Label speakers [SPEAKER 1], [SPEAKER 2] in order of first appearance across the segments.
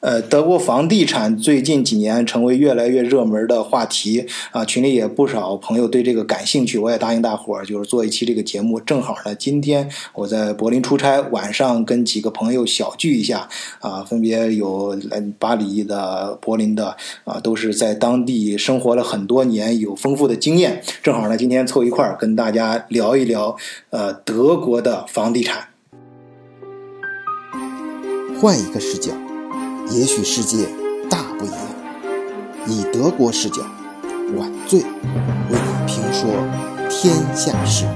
[SPEAKER 1] 呃，德国房地产最近几年成为越来越热门的话题啊，群里也不少朋友对这个感兴趣，我也答应大伙儿就是做一期这个节目。正好呢，今天我在柏林出差，晚上跟几个朋友小聚一下啊，分别有巴黎的、柏林的啊，都是在当地生活了很多年，有丰富的经验。正好呢，今天凑一块儿跟大家聊一聊呃德国的房地产。
[SPEAKER 2] 换一个视角，也许世界大不一样。以德国视角，晚醉为你评说天下事。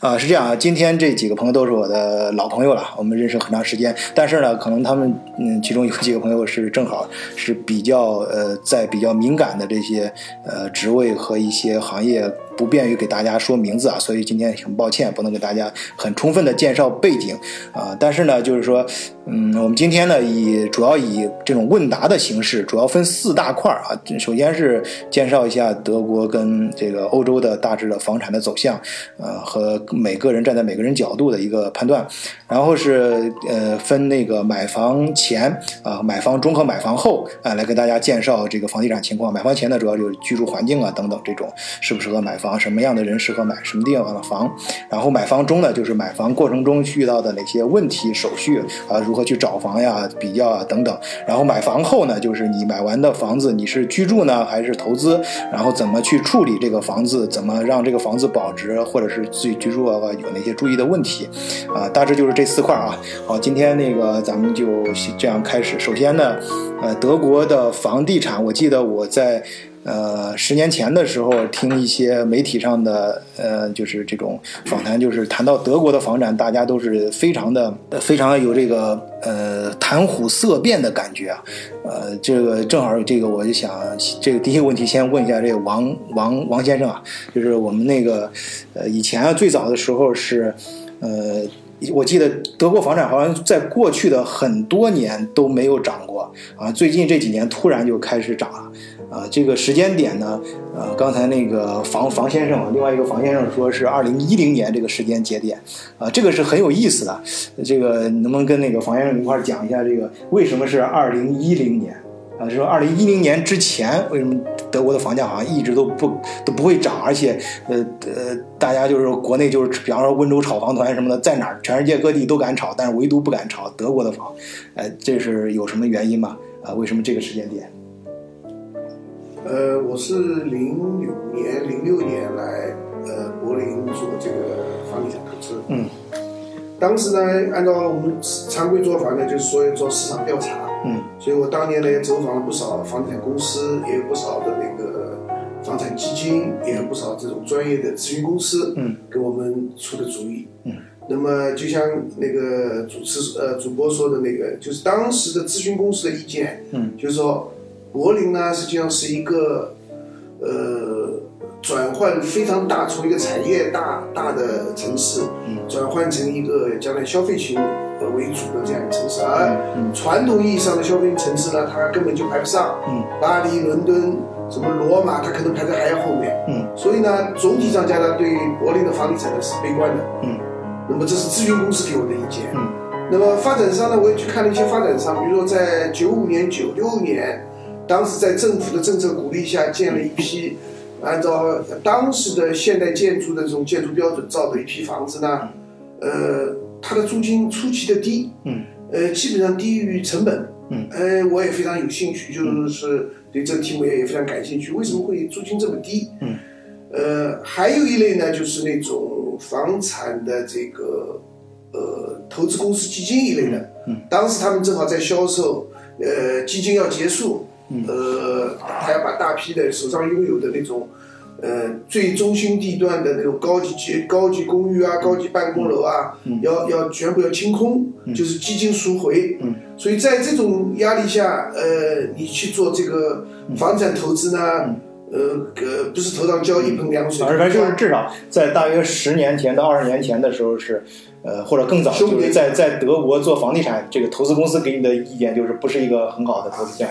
[SPEAKER 1] 啊、呃，是这样啊，今天这几个朋友都是我的老朋友了，我们认识很长时间。但是呢，可能他们嗯，其中有几个朋友是正好是比较呃，在比较敏感的这些呃职位和一些行业。不便于给大家说名字啊，所以今天很抱歉，不能给大家很充分的介绍背景啊、呃。但是呢，就是说，嗯，我们今天呢，以主要以这种问答的形式，主要分四大块儿啊。首先是介绍一下德国跟这个欧洲的大致的房产的走向，呃，和每个人站在每个人角度的一个判断。然后是呃，分那个买房前啊、呃、买房中和买房后啊、呃，来给大家介绍这个房地产情况。买房前呢，主要就是居住环境啊等等这种适不适合买房。什么样的人适合买什么地方的房？然后买房中呢，就是买房过程中遇到的哪些问题、手续啊，如何去找房呀、比较啊等等。然后买房后呢，就是你买完的房子，你是居住呢还是投资？然后怎么去处理这个房子？怎么让这个房子保值，或者是自己居住啊有哪些注意的问题？啊，大致就是这四块啊。好，今天那个咱们就这样开始。首先呢，呃，德国的房地产，我记得我在。呃，十年前的时候，听一些媒体上的呃，就是这种访谈，就是谈到德国的房产，大家都是非常的、非常有这个呃谈虎色变的感觉啊。呃，这个正好这个我就想，这个第一个问题先问一下这个王王王先生啊，就是我们那个呃以前啊最早的时候是呃。我记得德国房产好像在过去的很多年都没有涨过啊，最近这几年突然就开始涨了啊。这个时间点呢，呃，刚才那个房房先生，啊另外一个房先生说是二零一零年这个时间节点啊，这个是很有意思的。这个能不能跟那个房先生一块儿讲一下这个为什么是二零一零年啊？就是二零一零年之前为什么德国的房价好像一直都不都不会涨，而且呃呃。大家就是国内就是，比方说温州炒房团什么的，在哪儿全世界各地都敢炒，但是唯独不敢炒德国的房，呃，这是有什么原因吗？啊、呃，为什么这个时间点？
[SPEAKER 3] 呃，我是零五年、零六年来呃柏林做这个房地产投资，
[SPEAKER 1] 嗯，
[SPEAKER 3] 当时呢，按照我们常规做法呢，就是说要做市场调查，
[SPEAKER 1] 嗯，
[SPEAKER 3] 所以我当年呢也走访了不少房地产公司，也有不少的那个。呃房产基金也有不少这种专业的咨询公司，
[SPEAKER 1] 嗯，
[SPEAKER 3] 给我们出的主意，
[SPEAKER 1] 嗯，
[SPEAKER 3] 那么就像那个主持呃主播说的那个，就是当时的咨询公司的意见，
[SPEAKER 1] 嗯，
[SPEAKER 3] 就是说柏林呢实际上是一个呃转换非常大，从一个产业大大的城市，
[SPEAKER 1] 嗯，
[SPEAKER 3] 转换成一个将来消费型呃为主的这样一个城市，而传统意义上的消费型城市呢，它根本就排不上，
[SPEAKER 1] 嗯，
[SPEAKER 3] 巴黎、伦敦。什么罗马，它可能排在还要后面。
[SPEAKER 1] 嗯，
[SPEAKER 3] 所以呢，总体上讲呢，对柏林的房地产呢是悲观的。
[SPEAKER 1] 嗯，
[SPEAKER 3] 那么这是咨询公司给我的意见。
[SPEAKER 1] 嗯，
[SPEAKER 3] 那么发展商呢，我也去看了一些发展商，比如说在九五年、九六年，当时在政府的政策鼓励下，建了一批按照当时的现代建筑的这种建筑标准造的一批房子呢，呃，它的租金出奇的低。
[SPEAKER 1] 嗯，
[SPEAKER 3] 呃，基本上低于成本。
[SPEAKER 1] 嗯，
[SPEAKER 3] 哎，我也非常有兴趣，就是对这个题目也也非常感兴趣。为什么会租金这么低？
[SPEAKER 1] 嗯，
[SPEAKER 3] 呃，还有一类呢，就是那种房产的这个呃投资公司基金一类的。
[SPEAKER 1] 嗯嗯
[SPEAKER 3] 当时他们正好在销售，呃，基金要结束，
[SPEAKER 1] 嗯
[SPEAKER 3] 呃，还要把大批的手上拥有的那种。呃，最中心地段的那种高级街、高级公寓啊、高级办公楼啊，
[SPEAKER 1] 嗯
[SPEAKER 3] 要要全部要清空，
[SPEAKER 1] 嗯
[SPEAKER 3] 就是基金赎回。
[SPEAKER 1] 嗯
[SPEAKER 3] 所以在这种压力下，呃，你去做这个
[SPEAKER 1] 嗯
[SPEAKER 3] 房产投资呢，呃呃，不是头上浇一盆凉水，
[SPEAKER 1] 嗯反正就是至少在大约十年前到二十年前的时候是，呃，或者更早，
[SPEAKER 3] 兄弟
[SPEAKER 1] 就是在在德国做房地产这个投资公司给你的意见就是不是一个很好的投资建议。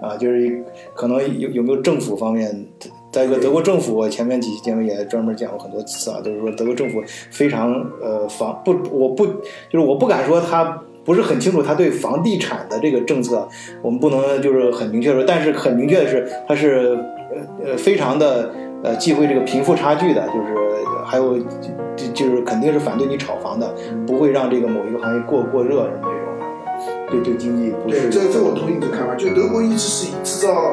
[SPEAKER 1] 啊，就是可能有有没有政府方面，再一个德国政府，我前面几期节目也专门讲过很多次啊，就是说德国政府非常呃防不，我不就是我不敢说他不是很清楚他对房地产的这个政策，我们不能就是很明确地说，但是很明确的是，他是呃呃非常的呃忌讳这个贫富差距的，就是呃还有就就是肯定是反对你炒房的，
[SPEAKER 3] 嗯
[SPEAKER 1] 不会让这个某一个行业过过热什么这种，对对经济不
[SPEAKER 3] 对，
[SPEAKER 1] 是
[SPEAKER 3] 这这我同意你的看法。就德国一直是以制造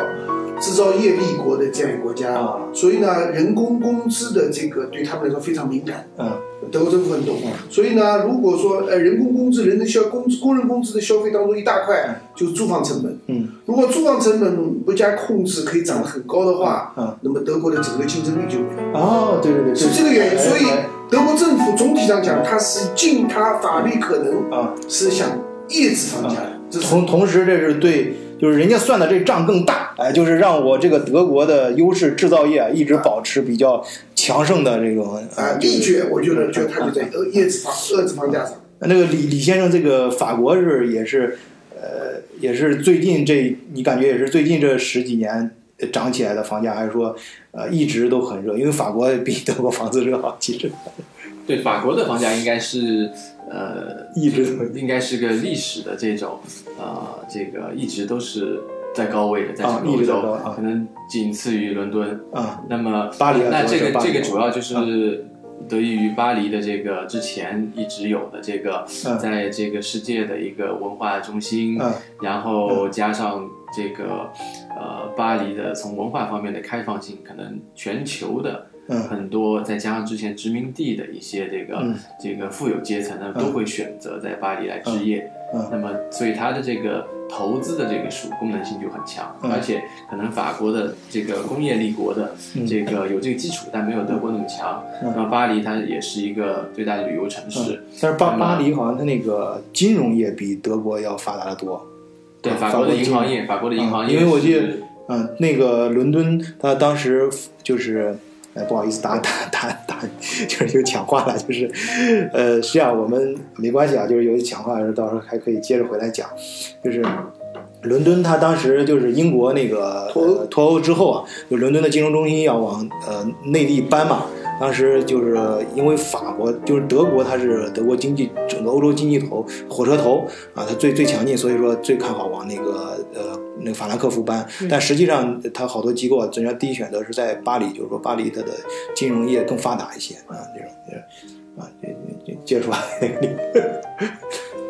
[SPEAKER 3] 制造业立国的这样一个国家，
[SPEAKER 1] 啊
[SPEAKER 3] 所以呢，人工工资的这个对他们来说非常敏感。
[SPEAKER 1] 嗯
[SPEAKER 3] 德国政府很懂，所以呢，如果说呃人工工资、人的消工资、工人工资的消费当中一大块就是住房成本，
[SPEAKER 1] 嗯
[SPEAKER 3] 如果住房成本不加控制可以涨得很高的话，
[SPEAKER 1] 嗯
[SPEAKER 3] 那么德国的整个竞争力就没有。
[SPEAKER 1] 哦对对对，
[SPEAKER 3] 是这个原因，
[SPEAKER 1] 哎
[SPEAKER 3] 所以
[SPEAKER 1] 哎
[SPEAKER 3] 德国政府总体上讲，它是尽它法律可能
[SPEAKER 1] 啊。
[SPEAKER 3] 是想抑制房价的，这是
[SPEAKER 1] 同同时，这是对，就是人家算的这账更大，哎，就是让我这个德国的优势制造业啊一直保持比较强盛的这种
[SPEAKER 3] 啊
[SPEAKER 1] 呃这
[SPEAKER 3] 秘
[SPEAKER 1] 个
[SPEAKER 3] 诀，我觉得就它就在
[SPEAKER 1] 嗯
[SPEAKER 3] 遏抑制房遏制房价上。
[SPEAKER 1] 那个李李先生，这个法国是也是，呃，也是最近这你感觉也是最近这十几年呃涨起来的房价，还是说呃一直都很热？因为法国比德国房子热啊，其实
[SPEAKER 4] 对法国的房价应该是呃，
[SPEAKER 1] 一直都
[SPEAKER 4] 应该是个历史的这种呃，这个一直都是在高位的，在
[SPEAKER 1] 啊
[SPEAKER 4] 整个欧
[SPEAKER 1] 一直在
[SPEAKER 4] 洲，
[SPEAKER 1] 高啊
[SPEAKER 4] 可能仅次于伦敦。
[SPEAKER 1] 啊
[SPEAKER 4] 那么
[SPEAKER 1] 巴黎啊主
[SPEAKER 4] 那
[SPEAKER 1] 要
[SPEAKER 4] 这
[SPEAKER 1] 是
[SPEAKER 4] 个
[SPEAKER 1] 巴黎
[SPEAKER 4] 这个主要就是得益于巴黎的这个之前一直有的这个
[SPEAKER 1] 嗯，
[SPEAKER 4] 在这个世界的一个文化中心，
[SPEAKER 1] 嗯
[SPEAKER 4] 然后加上这个呃巴黎的从文化方面的开放性，可能全球的
[SPEAKER 1] 嗯
[SPEAKER 4] 很多，再加上之前殖民地的一些这个、
[SPEAKER 1] 嗯
[SPEAKER 4] 这个富有阶层呢，
[SPEAKER 1] 嗯
[SPEAKER 4] 都会选择在巴黎来置业。
[SPEAKER 1] 嗯
[SPEAKER 4] 那么，所以它的这个投资的这个属功能性就很强，
[SPEAKER 1] 嗯
[SPEAKER 4] 而且可能法国的这个工业立国的
[SPEAKER 1] 嗯
[SPEAKER 4] 这个有这个基础，但没有德国那么强。
[SPEAKER 1] 嗯
[SPEAKER 4] 那么巴黎它也是一个最大的旅游城市，
[SPEAKER 1] 但是巴
[SPEAKER 4] 嗯
[SPEAKER 1] 巴黎好像它那个金融业比德国要发达的多。
[SPEAKER 4] 对，
[SPEAKER 1] 啊
[SPEAKER 4] 法
[SPEAKER 1] 法
[SPEAKER 4] 国的
[SPEAKER 1] 国
[SPEAKER 4] 银
[SPEAKER 1] 金
[SPEAKER 4] 行业，法国的银行
[SPEAKER 1] 嗯
[SPEAKER 4] 业是，
[SPEAKER 1] 因为我记得嗯，那个伦敦，他当时就是，呃，不好意思，打打打打，就是又抢话了，就是，呃，实际上我们没关系啊，就是有抢话的时候，到时候还可以接着回来讲，就是。伦敦，它当时就是英国那个
[SPEAKER 3] 脱欧
[SPEAKER 1] 呃脱欧之后啊，就伦敦的金融中心要往呃内地搬嘛。当时就是因为法国，就是德国，它是德国经济整个欧洲经济头火车头啊，它最最强劲，所以说最看好往那个呃那个法兰克福搬。但实际上，它好多机构啊，人家第一选择是在巴黎，就是说巴黎它的金融业更发达一些啊，这种这啊，这这这接触啊，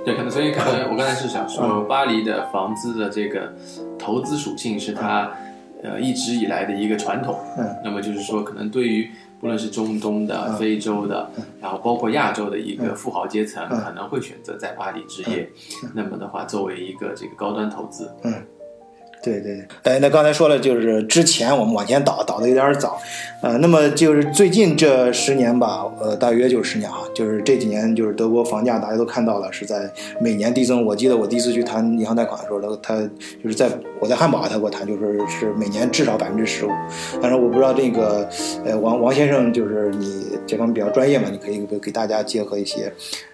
[SPEAKER 4] 对，可能所以可 能我刚才是想说，
[SPEAKER 1] 嗯
[SPEAKER 4] 巴黎的房子的这个投资属性是它呃一直以来的一个传统。
[SPEAKER 1] 嗯，
[SPEAKER 4] 那么就是说，可能对于不论是中东的、非洲的，然后包括亚洲的一个富豪阶层，
[SPEAKER 1] 嗯
[SPEAKER 4] 可能会选择在巴黎置业。那么的话，作为一个这个高端投资，
[SPEAKER 1] 对对，呃，那刚才说了，就是之前我们往前倒倒的有点早，呃，那么就是最近这十年吧，呃，大约就是十年啊，就是这几年就是德国房价大家都看到了是在每年递增。我记得我第一次去谈银行贷款的时候，他他就是在我在汉堡啊他给我谈，就是是每年至少百分之十五。当然我不知道这个，呃，王王先生就是你这方面比较专业嘛，你可以给给大家结合一些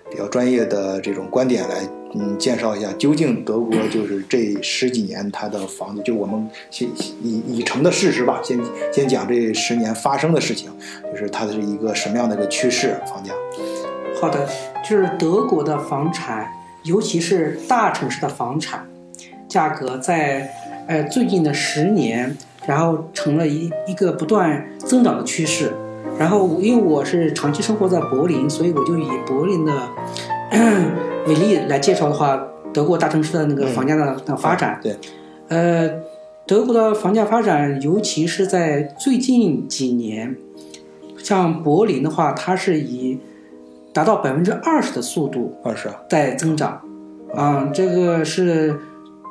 [SPEAKER 1] 比较专业的这种观点来，嗯，介绍一下究竟德 国就是这十几年它的房子，就我们先已已成的事实吧，先先讲这十年发生的事情，就是它的是一个什么样的一个趋势，房价，
[SPEAKER 5] 好的，就是德国的房产，尤其是大城市的房产价格在，呃最近的十年，然后成了一一个不断增长的趋势。然后我因为我是长期生活在柏林，所以我就以柏林的 咳为例来介绍的话，德国大城市的那个房价的、的发展。
[SPEAKER 1] 对，
[SPEAKER 5] 呃，德国的房价发展，尤其是在最近几年，像柏林的话，它是以达到百分之二十的速度
[SPEAKER 1] 二十，
[SPEAKER 5] 在增长。啊、这个是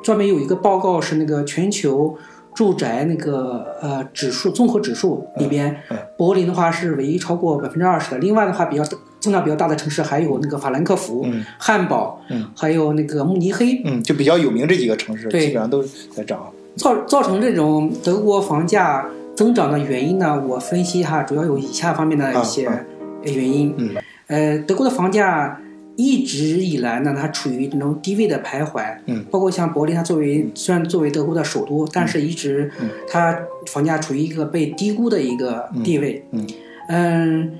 [SPEAKER 5] 专门有一个报告是那个全球住宅那个呃指数综合指数里边，
[SPEAKER 1] 嗯嗯
[SPEAKER 5] 柏林的话是唯一超过百分之二十的。另外的话，比较增长比较大的城市还有那个法兰克福、
[SPEAKER 1] 嗯
[SPEAKER 5] 汉堡，
[SPEAKER 1] 嗯
[SPEAKER 5] 还有那个慕尼黑。
[SPEAKER 1] 嗯，就比较有名这几个城市，
[SPEAKER 5] 对
[SPEAKER 1] 基本上都在涨，
[SPEAKER 5] 造造成这种德国房价增长的原因呢，我分析一下，主要有以下方面的一些呃
[SPEAKER 1] 啊
[SPEAKER 5] 原因。
[SPEAKER 1] 嗯
[SPEAKER 5] 呃，德国的房价一一直以来呢，它处于那种低位的徘徊。
[SPEAKER 1] 嗯，
[SPEAKER 5] 包括像柏林，它作为虽然作为德国的首都，但是一直它房价处于一个被低估的一个地位。
[SPEAKER 1] 嗯嗯
[SPEAKER 5] 嗯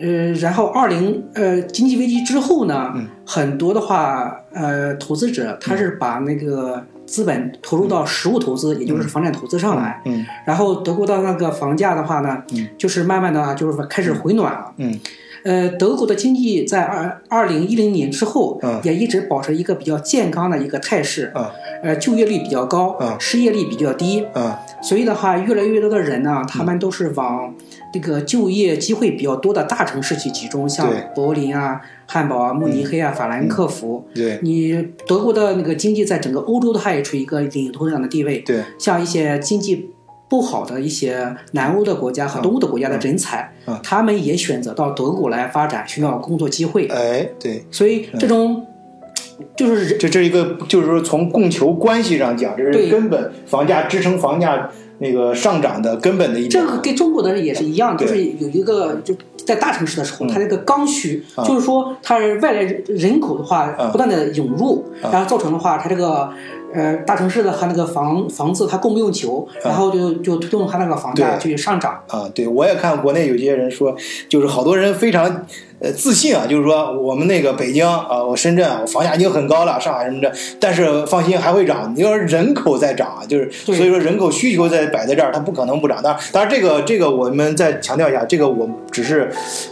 [SPEAKER 5] 呃，然后二零呃经济危机之后呢，
[SPEAKER 1] 嗯
[SPEAKER 5] 很多的话呃投资者他是把那个资本投入到实物投资，也就是房产投资上来。
[SPEAKER 1] 嗯
[SPEAKER 5] 然后德国的那个房价的话呢，就是慢慢的啊，就是开始回暖了。
[SPEAKER 1] 嗯
[SPEAKER 5] 呃，德国的经济在二二零一零年之后，
[SPEAKER 1] 嗯
[SPEAKER 5] 也一直保持一个比较健康的一个态势。
[SPEAKER 1] 嗯
[SPEAKER 5] 呃，就业率比较高，
[SPEAKER 1] 嗯
[SPEAKER 5] 失业率比较低，
[SPEAKER 1] 嗯
[SPEAKER 5] 所以的话，越来越多的人呢，他们都是往这个就业机会比较多的大城市去集中，像
[SPEAKER 1] 对嗯
[SPEAKER 5] 柏林啊、汉堡啊、慕尼黑啊、法兰克福。
[SPEAKER 1] 对
[SPEAKER 5] 你德国的那个经济在整个欧洲，它也处于一个领头羊的地位。
[SPEAKER 1] 对
[SPEAKER 5] 像一些经济不好的一些南欧的国家和东欧的国家的人才，
[SPEAKER 1] 嗯嗯
[SPEAKER 5] 他们也选择到德国来发展，寻找工作机会。
[SPEAKER 1] 哎对，
[SPEAKER 5] 所以这种就是人
[SPEAKER 1] 这这是一个，就是说从供求关系上讲，这
[SPEAKER 5] 对
[SPEAKER 1] 是根本房价支撑房价那个上涨的根本的一点
[SPEAKER 5] 这。个跟中国的也是一样，就是有一个就在大城市的时
[SPEAKER 1] 嗯
[SPEAKER 5] 候，它这个刚需，
[SPEAKER 1] 啊
[SPEAKER 5] 就是说它是外来人口的话
[SPEAKER 1] 啊
[SPEAKER 5] 不断的涌入，
[SPEAKER 1] 啊
[SPEAKER 5] 然后造成的话，它这个呃大城市的它那个房房子它供不应求，然后就就推动它那个房价
[SPEAKER 1] 嗯对
[SPEAKER 5] 去上涨。
[SPEAKER 1] 啊，对，我也看国内有些人说，就是好多人非常呃自信啊，就是说我们那个北京啊，我深圳啊，我房价已经很高了，上海什么的，但是放心还会涨。你要是人口在涨啊，就是所
[SPEAKER 5] 对
[SPEAKER 1] 以说人口需求在摆在这儿，它不可能不涨。当然，当然这个这个我们再强调一下，这个我只是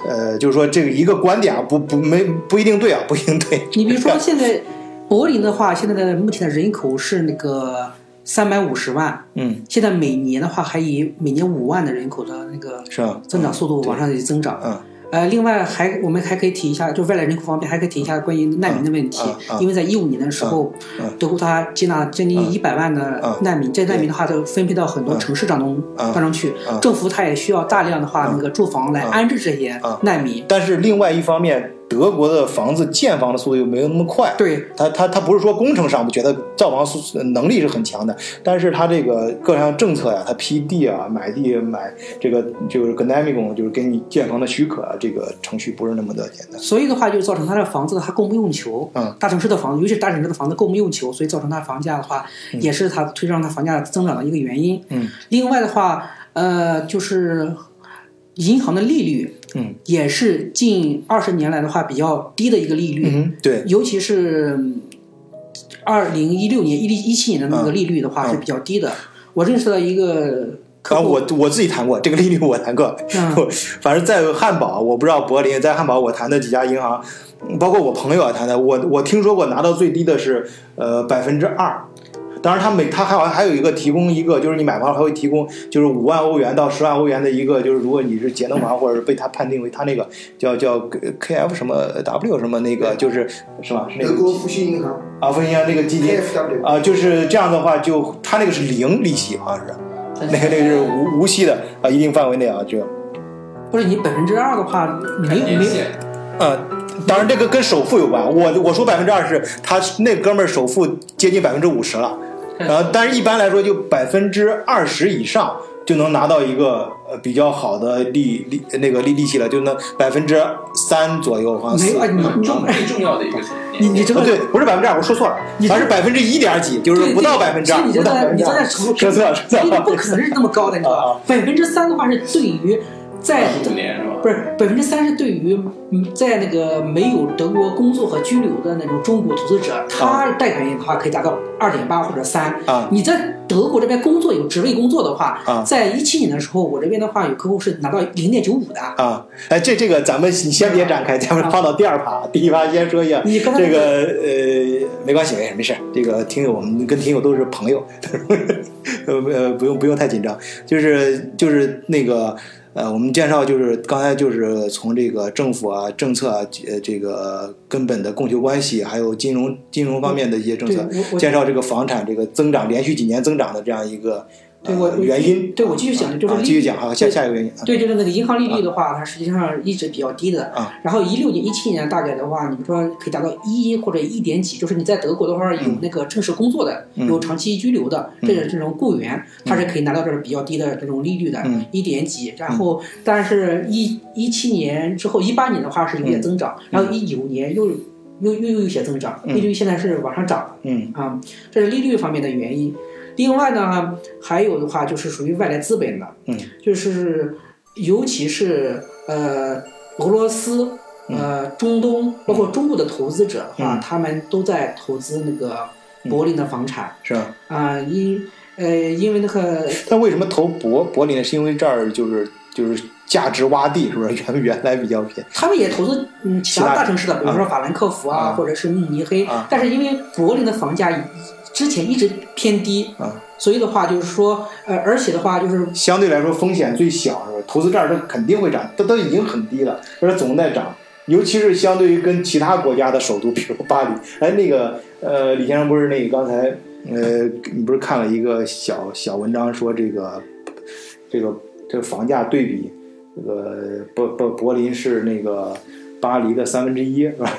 [SPEAKER 1] 呃，就是说这个一个观点啊，不不没不一定对啊，不一定对。
[SPEAKER 5] 你比 如说现在柏林的话，现在的目前的人口是那个三百五十万，
[SPEAKER 1] 嗯，
[SPEAKER 5] 现在每年的话还以每年五万的人口的那个
[SPEAKER 1] 是吧？
[SPEAKER 5] 增长速度往上去增长。
[SPEAKER 1] 嗯。
[SPEAKER 5] 呃，另外还我们还可以提一下，就外来人口方面还可以提一下关于难民的问题，
[SPEAKER 1] 嗯嗯嗯
[SPEAKER 5] 因为在一五年的时候，
[SPEAKER 1] 嗯嗯
[SPEAKER 5] 德国它接纳将近
[SPEAKER 1] 嗯
[SPEAKER 5] 一百万
[SPEAKER 1] 嗯
[SPEAKER 5] 的难民，这些难民的话都分配到很多城市当中、
[SPEAKER 1] 嗯
[SPEAKER 5] 当中去，
[SPEAKER 1] 嗯
[SPEAKER 5] 政府它也需要大量的话、那个住房来安置这些
[SPEAKER 1] 嗯
[SPEAKER 5] 难民。
[SPEAKER 1] 但是另外一方面，德国的房子建房的速度又没有那么快。
[SPEAKER 5] 对，
[SPEAKER 1] 它它它不是说工程上，我觉得造房速能力是很强的，但是它这个各项政策呀、它批地啊、买地、买这个就是 g n a m i c o 就是给你建房的许可啊，这个程序不是那么的简单。
[SPEAKER 5] 所以的话，就造成它的房子它供不应求。
[SPEAKER 1] 嗯，
[SPEAKER 5] 大城市的房子，尤其是大城市的房子供不应求，所以造成它房价的话，也是它推让它房价增长的一个原因。
[SPEAKER 1] 嗯，
[SPEAKER 5] 另外的话，呃，就是银行的利率，
[SPEAKER 1] 嗯，
[SPEAKER 5] 也是近二十年来的话比较低的一个利率，
[SPEAKER 1] 嗯哼，对，
[SPEAKER 5] 尤其是嗯二零一六年、一一七年的那个利率的话
[SPEAKER 1] 嗯
[SPEAKER 5] 是比较低的。我认识了一个客
[SPEAKER 1] 啊，
[SPEAKER 5] 户，
[SPEAKER 1] 我我自己谈过这个利率，我谈过。
[SPEAKER 5] 嗯
[SPEAKER 1] 我反正在汉堡，我不知道柏林，在汉堡我谈的几家银行，包括我朋友啊谈的，我我听说过拿到最低的是呃百分之二。当然，他每他还好像还有一个提供一个，就是你买房还会提供就是五万欧元到十万欧元的一个，就是如果你是节能房或者是被他判定为他那个叫叫 K F 什么 W 什么那个就是是吧？是那
[SPEAKER 3] 德
[SPEAKER 1] 个
[SPEAKER 3] 国复兴银行
[SPEAKER 1] 啊，分享那个基金
[SPEAKER 3] KFW，
[SPEAKER 1] 啊、就是这样的话就，他那个是零利息，好像是，那个那个是无无息的啊、一定范围内啊，就
[SPEAKER 5] 不是你百分之二的话，没
[SPEAKER 4] 年
[SPEAKER 5] 没
[SPEAKER 4] 限
[SPEAKER 1] 呃，当然这个跟首付有关。我我说百分之二十，他那哥们儿首付接近百分之五十了，
[SPEAKER 5] 嗯
[SPEAKER 1] 呃，但是一般来说就百分之二十以上就能拿到一个呃比较好的利利那个利利息了，就能百分之三左右，好像
[SPEAKER 5] 没
[SPEAKER 1] 四
[SPEAKER 5] 有啊，。你你
[SPEAKER 4] 重最重要的一个是
[SPEAKER 5] 你
[SPEAKER 4] 年
[SPEAKER 5] 你
[SPEAKER 4] 限。
[SPEAKER 5] 这
[SPEAKER 1] 哦
[SPEAKER 5] 个，
[SPEAKER 1] 对，不是百分之二，我说错了，还是百分之一点几，就是
[SPEAKER 5] 对
[SPEAKER 1] 不到
[SPEAKER 5] 对
[SPEAKER 1] 百分之二，
[SPEAKER 5] 所以你
[SPEAKER 1] 不
[SPEAKER 5] 这
[SPEAKER 1] 到百
[SPEAKER 5] 在
[SPEAKER 1] 分
[SPEAKER 5] 你
[SPEAKER 1] 之
[SPEAKER 5] 这
[SPEAKER 1] 二
[SPEAKER 5] 在。程度
[SPEAKER 1] 说错了，说错
[SPEAKER 5] 因为
[SPEAKER 1] 了
[SPEAKER 5] 不。可能是那么高的，你知
[SPEAKER 1] 啊嗯
[SPEAKER 5] 道吧？百分之三的话是对于在
[SPEAKER 4] 五年是吧？
[SPEAKER 5] 不是百分之三是对于嗯在那个没有德国工作和居留的那种中国投资者，他贷款的话可以达到二点八或者三
[SPEAKER 1] 啊
[SPEAKER 5] 你在德国这边工作有职位工作的话，
[SPEAKER 1] 啊
[SPEAKER 5] 在一七年的时候，我这边的话有客户是拿到零点九五的。
[SPEAKER 1] 啊，哎，这这个咱们你先别展开，咱们放到第二趴。第一趴先说一下，
[SPEAKER 5] 你刚才
[SPEAKER 1] 这个呃没关系，没事没事，这个听友我们跟听友都是朋友， 呃呃不用不用太紧张，就是就是那个呃我们介绍就是刚才就是从这个政府啊政策啊呃这个根本的供求关系，还有金融金融方面的一些政策
[SPEAKER 5] 对我，我
[SPEAKER 1] 介绍这个房产这个增长连续几年增长的这样一个呃
[SPEAKER 5] 对我我
[SPEAKER 1] 原因。
[SPEAKER 5] 对我继续讲，就是
[SPEAKER 1] 啊，
[SPEAKER 5] 利
[SPEAKER 1] 继续讲哈，下
[SPEAKER 5] 对
[SPEAKER 1] 下一个原因啊，
[SPEAKER 5] 对，就是那个银行利率的话，它实际上一直比较低的。
[SPEAKER 1] 啊
[SPEAKER 5] 然后一六年、一七年大概的话，你们说可以达到一或者一点几，就是你在德国的话有那个正式工作的、
[SPEAKER 1] 嗯
[SPEAKER 5] 有长期居留的这这种雇员，他是可以拿到这种比较低的这种利率的，
[SPEAKER 1] 嗯
[SPEAKER 5] 一点几。然后，
[SPEAKER 1] 嗯
[SPEAKER 5] 但是一一七年之后，一八年的话是有点增长，然后一九年又。又又又有些增长，利率现在是往上涨的。
[SPEAKER 1] 嗯
[SPEAKER 5] 啊，这是利率方面的原因。另外呢，还有的话就是属于外来资本的，
[SPEAKER 1] 嗯，
[SPEAKER 5] 就是尤其是呃俄罗斯、呃中东，包括中国的投资者的话，
[SPEAKER 1] 嗯
[SPEAKER 5] 他们都在投资那个柏林的房产
[SPEAKER 1] 是吧？
[SPEAKER 5] 啊，因呃因为那个
[SPEAKER 1] 但为什么投柏柏林呢？是因为这儿就是就是价值洼地，是不是？原原来比较便宜。
[SPEAKER 5] 他们也投资嗯其
[SPEAKER 1] 其他
[SPEAKER 5] 他大城市的，比如说法兰克福
[SPEAKER 1] 啊
[SPEAKER 5] 啊，或者是慕尼黑
[SPEAKER 1] 啊，
[SPEAKER 5] 但是因为柏林的房价之前一直偏低
[SPEAKER 1] 啊，
[SPEAKER 5] 所以的话就是说呃而且的话就是
[SPEAKER 1] 相对来说风险最小，是吧？投资这儿它肯定会涨，它都已经很低了，而且总在涨。尤其是相对于跟其他国家的首都，比如巴黎，哎，那个呃，李先生不是那个刚才呃，你不是看了一个小小文章说这个这个这个房价对比，这个柏柏柏林是那个巴黎的三分之一，是吧？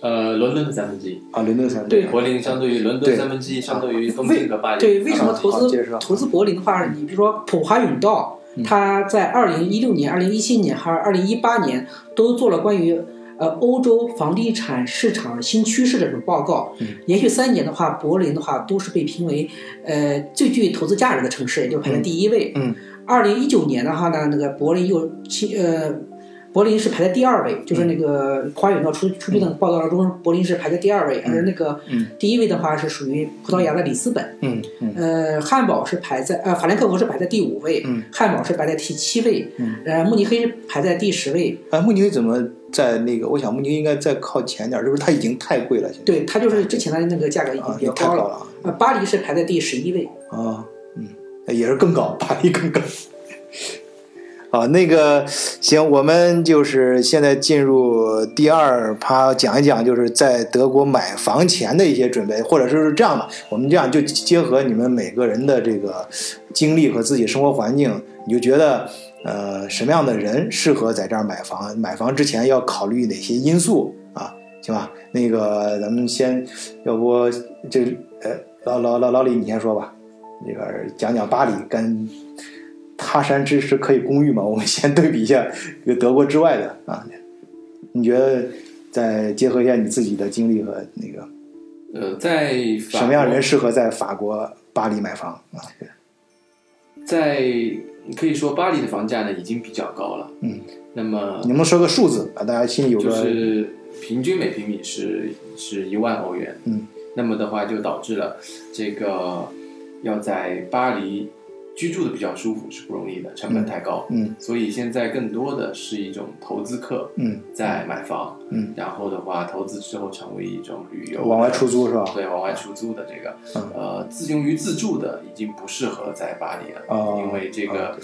[SPEAKER 4] 呃，伦敦的三分之一，
[SPEAKER 1] 啊，伦敦三分之一。
[SPEAKER 4] 柏林相对于伦
[SPEAKER 1] 对
[SPEAKER 4] 敦三分之一，相对于东京和巴黎。
[SPEAKER 5] 对，为什么投
[SPEAKER 1] 好介
[SPEAKER 5] 资
[SPEAKER 1] 绍嗯
[SPEAKER 5] 投资柏林的话，你比如说普华永道，它在二零一六年、二零一七年还有二零一八年都做了关于呃欧洲房地产市场新趋势的这种报告。
[SPEAKER 1] 嗯
[SPEAKER 5] 连续三年的话，柏林的话都是被评为呃最具投资价值的城市，也就是排在第一位。
[SPEAKER 1] 嗯嗯，
[SPEAKER 5] 二零一九年的话呢，那个柏林又其呃。柏林是排在第二位，就是
[SPEAKER 1] 嗯
[SPEAKER 5] 那个《花远道出出去的报告当中，柏林是排在第二位，而那个第一位的话是属于葡萄牙的里斯本。
[SPEAKER 1] 嗯嗯
[SPEAKER 5] 呃，汉堡是排在呃，法兰克福是排在第五位，
[SPEAKER 1] 嗯
[SPEAKER 5] 汉堡是排在第七位，
[SPEAKER 1] 嗯
[SPEAKER 5] 呃，慕尼黑是排在第十位。
[SPEAKER 1] 哎，慕尼黑怎么在那个？我想慕尼黑应该再靠前点儿，是不是它已经太贵了？现在
[SPEAKER 5] 对，它就是之前的那个价格已经
[SPEAKER 1] 啊，
[SPEAKER 5] 比
[SPEAKER 1] 也
[SPEAKER 5] 较
[SPEAKER 1] 太
[SPEAKER 5] 高
[SPEAKER 1] 高
[SPEAKER 5] 了。
[SPEAKER 1] 了啊。
[SPEAKER 5] 呃，巴黎是排在第十一位。
[SPEAKER 1] 啊，嗯，也是更高， 巴黎更高。好，那个行，我们就是现在进入第二趴，讲一讲就是在德国买房前的一些准备，或者是这样吧，我们这样就结合你们每个人的这个经历和自己生活环境，你就觉得呃什么样的人适合在这儿买房？买房之前要考虑哪些因素啊？行吧，那个咱们先，要不这呃老老老老李你先说吧。那个讲讲巴黎跟他山之石可以攻玉嘛？ 我们先对比一下这个德国之外的啊，你觉得再结合一下你自己的经历和那个
[SPEAKER 4] 呃，在法
[SPEAKER 1] 什么样的
[SPEAKER 4] 国
[SPEAKER 1] 人适合在法国巴黎买房啊？对
[SPEAKER 4] 在可以说巴黎的房价呢已经比较高了，
[SPEAKER 1] 嗯，
[SPEAKER 4] 那么
[SPEAKER 1] 你能不能说个数字啊？大家心里有
[SPEAKER 4] 就
[SPEAKER 1] 个、
[SPEAKER 4] 是平均每平米是是一万欧元，
[SPEAKER 1] 嗯，
[SPEAKER 4] 那么的话就导致了这个要在巴黎居住的比较舒服是不容易的，成本太高，
[SPEAKER 1] 嗯
[SPEAKER 4] 所以现在更多的是一种投资客
[SPEAKER 1] 嗯
[SPEAKER 4] 在买房，
[SPEAKER 1] 嗯，
[SPEAKER 4] 然后的话投资之后成为一种旅游
[SPEAKER 1] 往外出租是吧？
[SPEAKER 4] 对，往外出租的这个，
[SPEAKER 1] 嗯
[SPEAKER 4] 呃，自用于自住的已经不适合在巴黎了，
[SPEAKER 1] 哦
[SPEAKER 4] 因为这
[SPEAKER 1] 哦
[SPEAKER 4] 个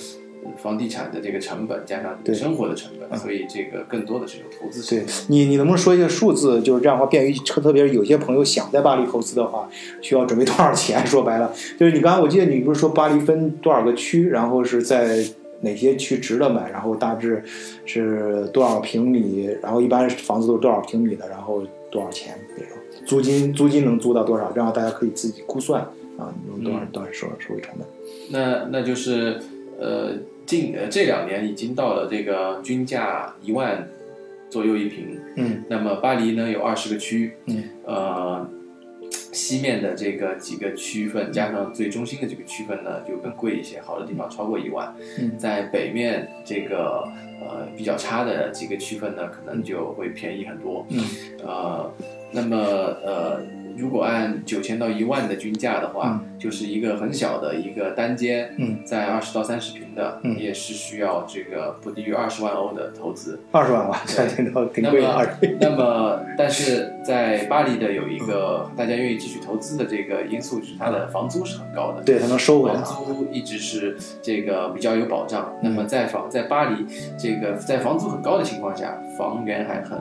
[SPEAKER 4] 房地产的这个成本加上你
[SPEAKER 1] 对
[SPEAKER 4] 生活的成
[SPEAKER 1] 嗯
[SPEAKER 4] 本，所以这个更多的是一种投资性
[SPEAKER 1] 对。你，你能不能说一个数字？就是这样的话，便于特特别是有些朋友想在巴黎投资的话，需要准备多少钱？ 说白了，就是你刚才我记得你不是说巴黎分多少个区，然后是在哪些区值得买，然后大致是多少平米，然后一般房子都是多少平米的，然后多少钱那种，租金租金能租到多少？这样大家可以自己估算啊，用多少
[SPEAKER 4] 嗯
[SPEAKER 1] 多少收收益成本。
[SPEAKER 4] 那那就是呃，近呃这两年已经到了这个均价一万左右一平。
[SPEAKER 1] 嗯，
[SPEAKER 4] 那么巴黎呢有二十个区，
[SPEAKER 1] 嗯，
[SPEAKER 4] 呃，西面的这个几个区分加上最中心的这个区分呢就更贵一些，好的地方超过一万。
[SPEAKER 1] 嗯
[SPEAKER 4] 在北面这个呃比较差的几个区分呢，可能就会便宜很多。
[SPEAKER 1] 嗯，
[SPEAKER 4] 呃，那么呃，如果按九千到一万的均价的话，就是一个很小的一个单间，
[SPEAKER 1] 嗯，
[SPEAKER 4] 在二十到三十平的，
[SPEAKER 1] 嗯
[SPEAKER 4] 也是需要这个不低于二十万欧的投资。
[SPEAKER 1] 二十万吧，
[SPEAKER 4] 对
[SPEAKER 1] 挺高挺
[SPEAKER 4] 那
[SPEAKER 1] 贵的二
[SPEAKER 4] 么
[SPEAKER 1] 十。，
[SPEAKER 4] 那么，但是在巴黎的有一个大家愿意继续投资的这个因素，就是它的房租是很高的。
[SPEAKER 1] 对，它能收回来
[SPEAKER 4] 房
[SPEAKER 1] 啊。
[SPEAKER 4] 租一直是这个比较有保障。那
[SPEAKER 1] 嗯
[SPEAKER 4] 么在房在巴黎，这个在房租很高的情况下，房源还很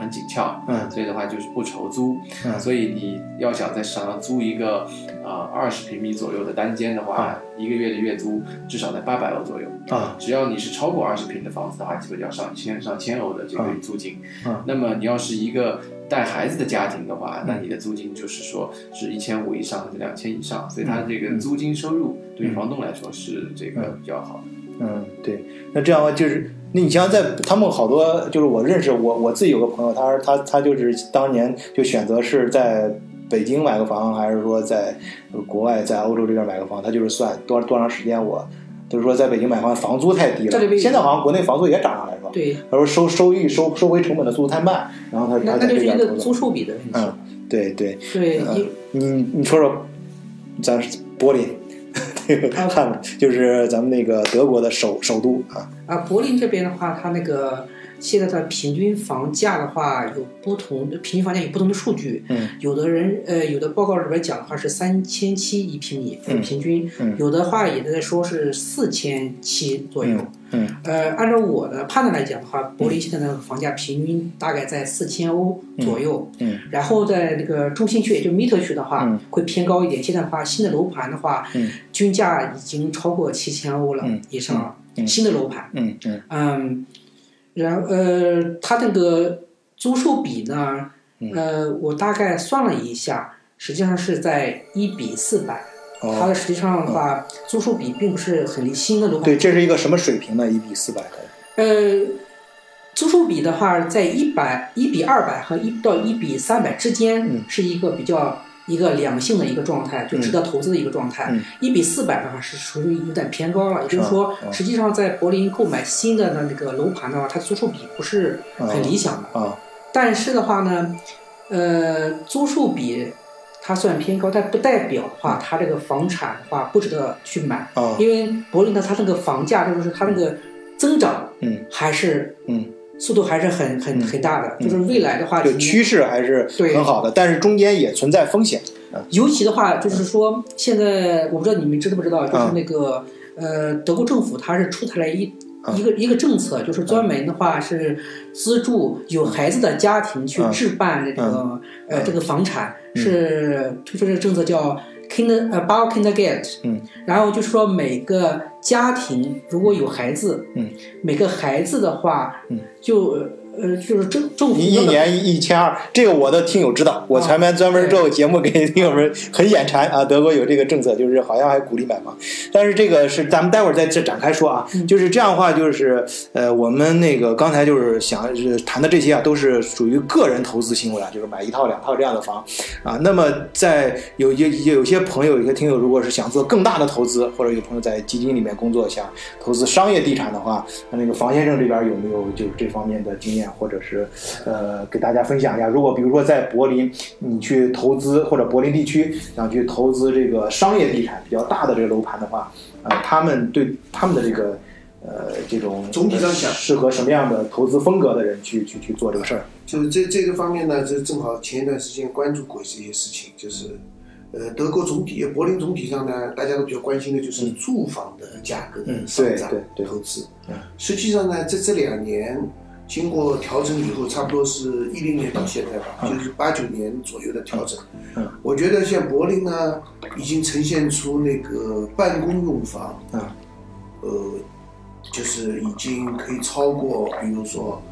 [SPEAKER 4] 很紧俏，
[SPEAKER 1] 嗯
[SPEAKER 4] 所以的话就是不愁租。
[SPEAKER 1] 嗯
[SPEAKER 4] 所以你要想在市场上租一个呃二十平米左右的单间的话，
[SPEAKER 1] 嗯
[SPEAKER 4] 一个月的月租至少在八百欧左右。
[SPEAKER 1] 啊，
[SPEAKER 4] 只要你是超过二十平的房子的话，基本就要上千上千欧的这个租金。
[SPEAKER 1] 嗯
[SPEAKER 4] 那么你要是一个带孩子的家庭的话，那你的租金就是说是一千五以上或者两千以上，所以它这个租金收入对于房东来说是这个比较好的。
[SPEAKER 1] 嗯嗯，对，那这样的话就是那你像在他们好多，就是我认识我我自己有个朋友，他他他就是当年就选择是在北京买个房，还是说在国外在欧洲这边买个房，他就是算多多长时间我。就是说，在北京买房，房租太低
[SPEAKER 5] 在这
[SPEAKER 1] 了。
[SPEAKER 5] 边
[SPEAKER 1] 现在好像国内房租也涨上来，是吧？
[SPEAKER 5] 对，
[SPEAKER 1] 他说收收益收收回成本的速度太慢，然后他
[SPEAKER 5] 那
[SPEAKER 1] 他在
[SPEAKER 5] 那就
[SPEAKER 1] 这
[SPEAKER 5] 是一
[SPEAKER 1] 边
[SPEAKER 5] 个
[SPEAKER 1] 投
[SPEAKER 5] 租
[SPEAKER 1] 资。
[SPEAKER 5] 售比的问题。
[SPEAKER 1] 嗯，对对，
[SPEAKER 5] 对，
[SPEAKER 1] 嗯
[SPEAKER 5] 一
[SPEAKER 1] 你你说说，咱柏林这个
[SPEAKER 5] 啊
[SPEAKER 1] 看，就是咱们那个德国的首首都啊，
[SPEAKER 5] 啊，柏林这边的话，它那个现在的平均房价的话，有不同的平均房价有不同的数据。
[SPEAKER 1] 嗯，
[SPEAKER 5] 有的人呃，有的报告里边讲的话是三千七一平米，
[SPEAKER 1] 嗯
[SPEAKER 5] 平均；
[SPEAKER 1] 嗯
[SPEAKER 5] 有的话也在说是四千七左右。
[SPEAKER 1] 嗯嗯
[SPEAKER 5] 呃，按照我的判断来讲的话，柏林现在的房价平均大概在四千欧左右。
[SPEAKER 1] 嗯
[SPEAKER 5] 然后在那个中心区，也就 meter 区的话，
[SPEAKER 1] 嗯
[SPEAKER 5] 会偏高一点。现在的话，新的楼盘的话，
[SPEAKER 1] 嗯
[SPEAKER 5] 均价已经超过七千欧了、
[SPEAKER 1] 嗯
[SPEAKER 5] 以上了。
[SPEAKER 1] 嗯嗯
[SPEAKER 5] 新的楼盘，
[SPEAKER 1] 嗯嗯
[SPEAKER 5] 嗯，然呃，它那个租售比呢
[SPEAKER 1] 嗯，
[SPEAKER 5] 呃，我大概算了一下，实际上是在一比四百。它
[SPEAKER 1] 哦，
[SPEAKER 5] 的实际上的话，租售比并不是很离新的楼盘
[SPEAKER 1] 对，这是一个什么水平呢？一比四百的，
[SPEAKER 5] 呃，租售比的话，在一百一比二百和一到一比三百之
[SPEAKER 1] 嗯
[SPEAKER 5] 间，是一个比较一个良性的一个状态，就值得投资的一个状态
[SPEAKER 1] 嗯。
[SPEAKER 5] 一、比四百的话是属于有点偏高了，也就是说，
[SPEAKER 1] 嗯
[SPEAKER 5] 实际上在柏林购买新的那个楼盘的话，它租售比不是很理想的。
[SPEAKER 1] 啊，
[SPEAKER 5] 但是的话呢，呃，租售比。它虽然偏高，但不代表的话，它这个房产的话不值得去买，
[SPEAKER 1] 啊
[SPEAKER 5] 因为柏林的它那个房价就是它那个增长
[SPEAKER 1] 嗯
[SPEAKER 5] 还是
[SPEAKER 1] 嗯，
[SPEAKER 5] 速度还是很
[SPEAKER 1] 嗯
[SPEAKER 5] 很很大的，
[SPEAKER 1] 嗯
[SPEAKER 5] 就是未来的话，
[SPEAKER 1] 就趋势还是
[SPEAKER 5] 对
[SPEAKER 1] 很好的，但是中间也存在风险。
[SPEAKER 5] 尤其的话就是说，现在我不知道你们知道不知
[SPEAKER 1] 嗯
[SPEAKER 5] 道，就是那个呃，德国政府它是出台了一
[SPEAKER 1] 嗯
[SPEAKER 5] 一个一个政策，就是专门的话是资助有孩子的家庭去
[SPEAKER 1] 嗯
[SPEAKER 5] 置办这个呃这个房产，是推出这个政策叫 Kinder 呃 Bau Kindergeld，
[SPEAKER 1] 嗯，
[SPEAKER 5] 然后就是说每个家庭如果有孩子，
[SPEAKER 1] 嗯，
[SPEAKER 5] 每个孩子的话，
[SPEAKER 1] 嗯，
[SPEAKER 5] 就呃就是政政府
[SPEAKER 1] 一一年一千二，这个我的听友知道，我前面专门做个节目给听友们很眼馋啊。德国有这个政策，就是好像还鼓励买房，但是这个是咱们待会儿再这展开说啊。就是这样的话，就是呃，我们那个刚才就是想是谈的这些啊，都是属于个人投资行为啊，就是买一套两套这样的房啊。那么在有有有些朋友有些听友如果是想做更大的投资，或者有朋友在基金里面工作想投资商业地产的话，那那个房先生这边有没有就是这方面的经验，或者是呃给大家分享一下？如果比如说在柏林，你去投资或者柏林地区想去投资这个商业地产比较大的这个楼盘的话，呃，他们对他们的这个呃这种
[SPEAKER 3] 总体上讲
[SPEAKER 1] 适合什么样的投资风格的人去去去做这个事儿？
[SPEAKER 3] 就是这这个方面呢，就正好前一段时间关注过这些事情，就是，呃，德国总体、柏林总体上呢，大家都比较关心的就是住房的价格
[SPEAKER 1] 嗯
[SPEAKER 3] 的上涨、
[SPEAKER 1] 对对对
[SPEAKER 3] 投资
[SPEAKER 1] 嗯。
[SPEAKER 3] 实际上呢，在这两年经过调整以后，差不多是一零年到现在吧，就是八九年左右的调整。
[SPEAKER 1] 嗯
[SPEAKER 3] 我觉得像柏林呢，已经呈现出那个办公用房，
[SPEAKER 1] 嗯
[SPEAKER 3] 呃，就是已经可以超过，比如说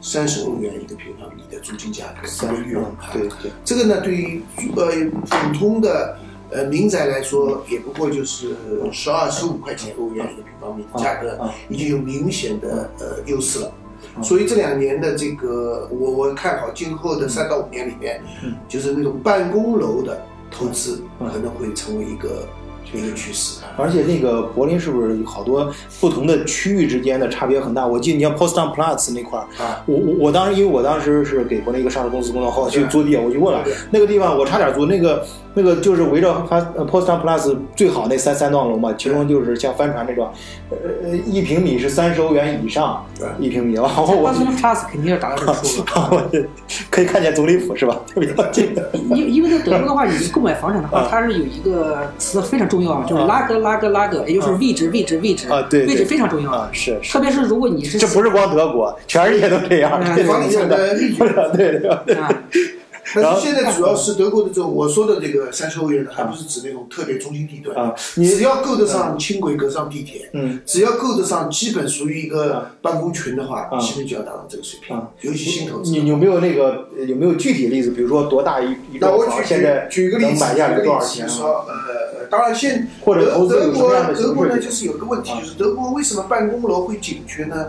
[SPEAKER 3] 三十欧元一个平方米的租金价格一个月啊
[SPEAKER 1] 嗯，对对，
[SPEAKER 3] 这个呢，对于呃普通的呃民宅来说，也不过就是十二十五块钱欧元一个平方米的价格
[SPEAKER 1] 嗯嗯，
[SPEAKER 3] 已经有明显的呃优势了。
[SPEAKER 1] 嗯
[SPEAKER 3] 所以这两年的这个，我我看好今后的三到五年里面
[SPEAKER 1] 嗯，
[SPEAKER 3] 就是那种办公楼的投资
[SPEAKER 1] 嗯
[SPEAKER 3] 可能会成为一个一个趋势。啊
[SPEAKER 1] 而且那个柏林是不是有好多不同的区域之间的差别很大？我记得你像 Potsdam Platz 那块儿，
[SPEAKER 3] 啊，
[SPEAKER 1] 我我我当时因为我当时是给国内一个上市公司工作，后来去
[SPEAKER 3] 对啊
[SPEAKER 1] 租地，我去问了
[SPEAKER 3] 对
[SPEAKER 1] 那个地方，我差点租那个那个就是围着发 Postam Plus 最好那三三幢楼嘛，其中就是像帆船这幢，呃一平米是三十欧元以上
[SPEAKER 3] 对哎
[SPEAKER 1] 一平米，然后我
[SPEAKER 5] 当时 class 肯定要达到这 个数
[SPEAKER 1] 然 后我就可以看见总理府是吧？ 特别近的，
[SPEAKER 5] 因因因为在德国 的话，你购买房产的
[SPEAKER 1] 啊
[SPEAKER 5] 话，它是有一个词非常重要啊，就是拉格拉格拉格，也就是位置位置位置
[SPEAKER 1] 啊对对
[SPEAKER 5] 位置非常
[SPEAKER 3] 嗯
[SPEAKER 5] 重要
[SPEAKER 1] 啊
[SPEAKER 5] 啊。
[SPEAKER 1] 是是，
[SPEAKER 5] 特别是如果你是
[SPEAKER 1] 这不是光德国，全世界都这样，
[SPEAKER 5] 嗯
[SPEAKER 1] 这
[SPEAKER 3] 房地产的利润。
[SPEAKER 1] 对对。
[SPEAKER 5] 啊，
[SPEAKER 3] 但
[SPEAKER 1] 嗯
[SPEAKER 3] 是现在主要是德国的这种我说的这个三十欧元的，还不是指那种特别中心地段
[SPEAKER 1] 啊嗯你
[SPEAKER 3] 只要够得上轻轨，够得上地铁，
[SPEAKER 1] 嗯，
[SPEAKER 3] 只要够得上基本属于一个办公群的话
[SPEAKER 1] 啊，
[SPEAKER 3] 基本就要达到这个水平
[SPEAKER 1] 啊，
[SPEAKER 3] 尤其新投资
[SPEAKER 1] 你。你有没有那个呃有没有具体例子？比如说多大一一
[SPEAKER 3] 那
[SPEAKER 1] 幢
[SPEAKER 3] 我
[SPEAKER 1] 房，
[SPEAKER 3] 举
[SPEAKER 1] 现在
[SPEAKER 3] 举个例
[SPEAKER 1] 能
[SPEAKER 3] 子，
[SPEAKER 1] 买
[SPEAKER 3] 举
[SPEAKER 1] 下来
[SPEAKER 3] 个例
[SPEAKER 1] 多少
[SPEAKER 3] 子，
[SPEAKER 1] 钱
[SPEAKER 3] 就
[SPEAKER 1] 啊？
[SPEAKER 3] 是说呃，当然现
[SPEAKER 1] 或者投
[SPEAKER 3] 德
[SPEAKER 1] 资有
[SPEAKER 3] 德
[SPEAKER 1] 什么样的
[SPEAKER 3] 国
[SPEAKER 1] 啊
[SPEAKER 3] 德
[SPEAKER 1] 形
[SPEAKER 3] 国呢，
[SPEAKER 1] 式？
[SPEAKER 3] 就是有个问题，就是德国为什么办公楼会紧缺呢？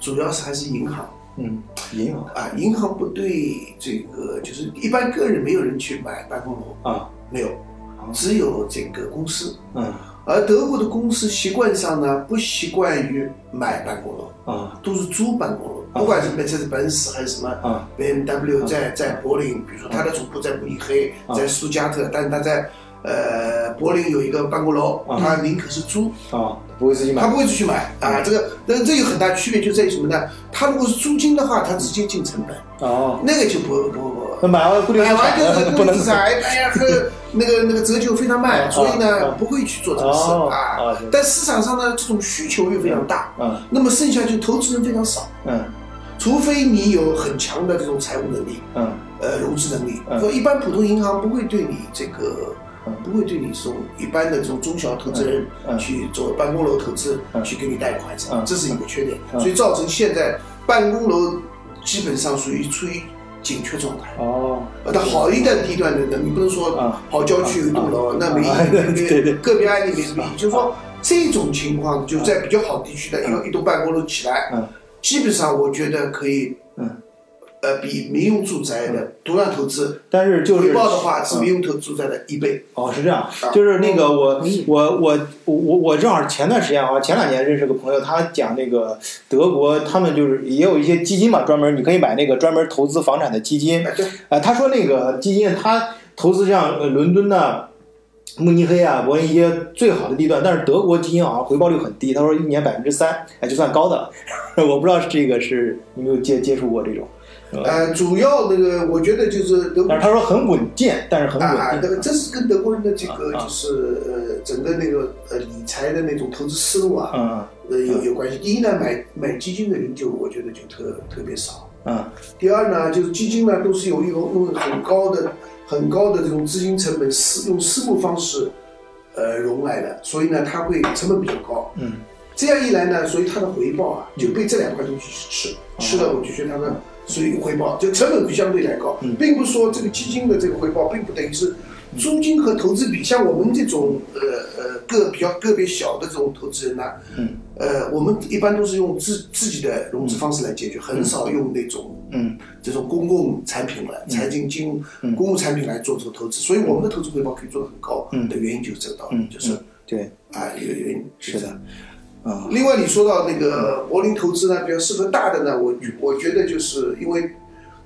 [SPEAKER 3] 主要是还是银行
[SPEAKER 1] 嗯，银行
[SPEAKER 3] 啊，银行不对这个就是一般个人没有人去买办公楼，
[SPEAKER 1] 啊，
[SPEAKER 3] 没有，
[SPEAKER 1] 哦
[SPEAKER 3] 只有这个公司。
[SPEAKER 1] 嗯
[SPEAKER 3] 而德国的公司习惯上呢，不习惯于买办公楼，
[SPEAKER 1] 啊
[SPEAKER 3] 都是租办公
[SPEAKER 1] 哦
[SPEAKER 3] 楼，不管是梅赛德斯奔驰还是什么。
[SPEAKER 1] 啊
[SPEAKER 3] BMW 在在柏林，比如说它的总部在慕尼黑，
[SPEAKER 1] 啊
[SPEAKER 3] 在苏加特，但是它在呃柏林有一个办公楼，
[SPEAKER 1] 啊
[SPEAKER 3] 它宁可是租，
[SPEAKER 1] 啊，不会自己
[SPEAKER 3] 它
[SPEAKER 1] 买
[SPEAKER 3] 不会去买啊。这个那这有很大区别，就在于什么呢？它如果是租金的话，它直接进成本，
[SPEAKER 1] 哦，
[SPEAKER 3] 那个就不不不
[SPEAKER 1] 那买完固定
[SPEAKER 3] 买
[SPEAKER 1] 资
[SPEAKER 3] 完就是
[SPEAKER 1] 产
[SPEAKER 3] 固
[SPEAKER 1] 不能啊
[SPEAKER 3] 定资产，哎 呀，和那个那个折旧非常慢，所以呢不会去做这个事
[SPEAKER 1] 哦
[SPEAKER 3] 啊
[SPEAKER 1] 啊是。
[SPEAKER 3] 但市场上呢，这种需求又非常大，
[SPEAKER 1] 嗯
[SPEAKER 3] 那么剩下就投资人非常少，
[SPEAKER 1] 嗯
[SPEAKER 3] 除非你有很强的这种财务能力。
[SPEAKER 1] 嗯
[SPEAKER 3] 呃融资能力。
[SPEAKER 1] 嗯
[SPEAKER 3] 说一般普通银行不会对你这个
[SPEAKER 1] 嗯，
[SPEAKER 3] 不会对你这种一般的这种中小投资人
[SPEAKER 1] 嗯嗯
[SPEAKER 3] 去做办公楼投资
[SPEAKER 1] 嗯，
[SPEAKER 3] 去给你贷款什么
[SPEAKER 1] 嗯，
[SPEAKER 3] 这是一个缺点，
[SPEAKER 1] 嗯
[SPEAKER 3] 所以造成现在办公楼基本上属于处于紧缺状态。
[SPEAKER 1] 哦，
[SPEAKER 3] 呃，它好一点低端的呢，你不能说
[SPEAKER 1] 啊
[SPEAKER 3] 好郊区有一栋楼，那没意
[SPEAKER 1] 啊
[SPEAKER 3] 义，
[SPEAKER 1] 对啊对
[SPEAKER 3] 个别案例没什么意义。就是说这种情况，就在比较好地区
[SPEAKER 1] 啊
[SPEAKER 3] 的，因为一栋办公楼起来
[SPEAKER 1] 嗯，
[SPEAKER 3] 基本上我觉得可以
[SPEAKER 1] 嗯，
[SPEAKER 3] 呃，比民用住宅的独占投资
[SPEAKER 1] 但是啊就是
[SPEAKER 3] 回报的啊话是
[SPEAKER 1] 嗯
[SPEAKER 3] 民用投住宅的一倍。
[SPEAKER 1] 哦，是这样，就是那个我我我我我正好前段时间啊，前两年认识个朋友，他讲那个德国，他们就是也有一些基金嘛，专门你可以买那个专门投资房产的基金，
[SPEAKER 3] 哎，对，
[SPEAKER 1] 呃，他说那个基金他投资像呃伦敦呐、慕尼黑啊、柏林一些最好的地段，但是德国基金好像回报率很低，他说一年百分之三，哎，就算高的了。 我不知道这个是你有没有接接触过这种，
[SPEAKER 3] 呃，主要那个我觉得就是德国
[SPEAKER 1] 但是他说很稳健，但是很
[SPEAKER 3] 啊啊，
[SPEAKER 1] 稳
[SPEAKER 3] 那
[SPEAKER 1] 定
[SPEAKER 3] 个。这是跟德国人的这个
[SPEAKER 1] 啊啊
[SPEAKER 3] 就是呃整个那个呃理财的那种投资思路啊，
[SPEAKER 1] 嗯
[SPEAKER 3] 呃有有关系。第一呢，买买基金的人就我觉得就特特别少。
[SPEAKER 1] 嗯
[SPEAKER 3] 第二呢，就是基金呢都是由用用很高的、很高的这种资金成本私用私募方式，呃融来的，所以呢它会成本比较高。
[SPEAKER 1] 嗯
[SPEAKER 3] 这样一来呢，所以它的回报啊就被这两块东西吃
[SPEAKER 1] 哦
[SPEAKER 3] 吃了，我就觉得它的所以回报就成本比相对来高
[SPEAKER 1] 嗯，
[SPEAKER 3] 并不是说这个基金的这个回报并不等于是。租金和投资比，像我们这种呃呃个比较个别小的这种投资人呢、
[SPEAKER 1] 嗯
[SPEAKER 3] 呃，我们一般都是用自自己的融资方式来解决，很少用那种
[SPEAKER 1] 嗯
[SPEAKER 3] 这种公共产品来、财经金
[SPEAKER 1] 嗯
[SPEAKER 3] 公共产品来做这个投资，所以我们的投资回报可以做得很高
[SPEAKER 1] 嗯
[SPEAKER 3] 的原因就是这个道理，
[SPEAKER 1] 嗯，
[SPEAKER 3] 就是
[SPEAKER 1] 嗯对，
[SPEAKER 3] 啊，有原因
[SPEAKER 1] 是的。啊
[SPEAKER 3] 另外，你说到那个柏林投资呢，比较适合大的呢，我我觉得就是因为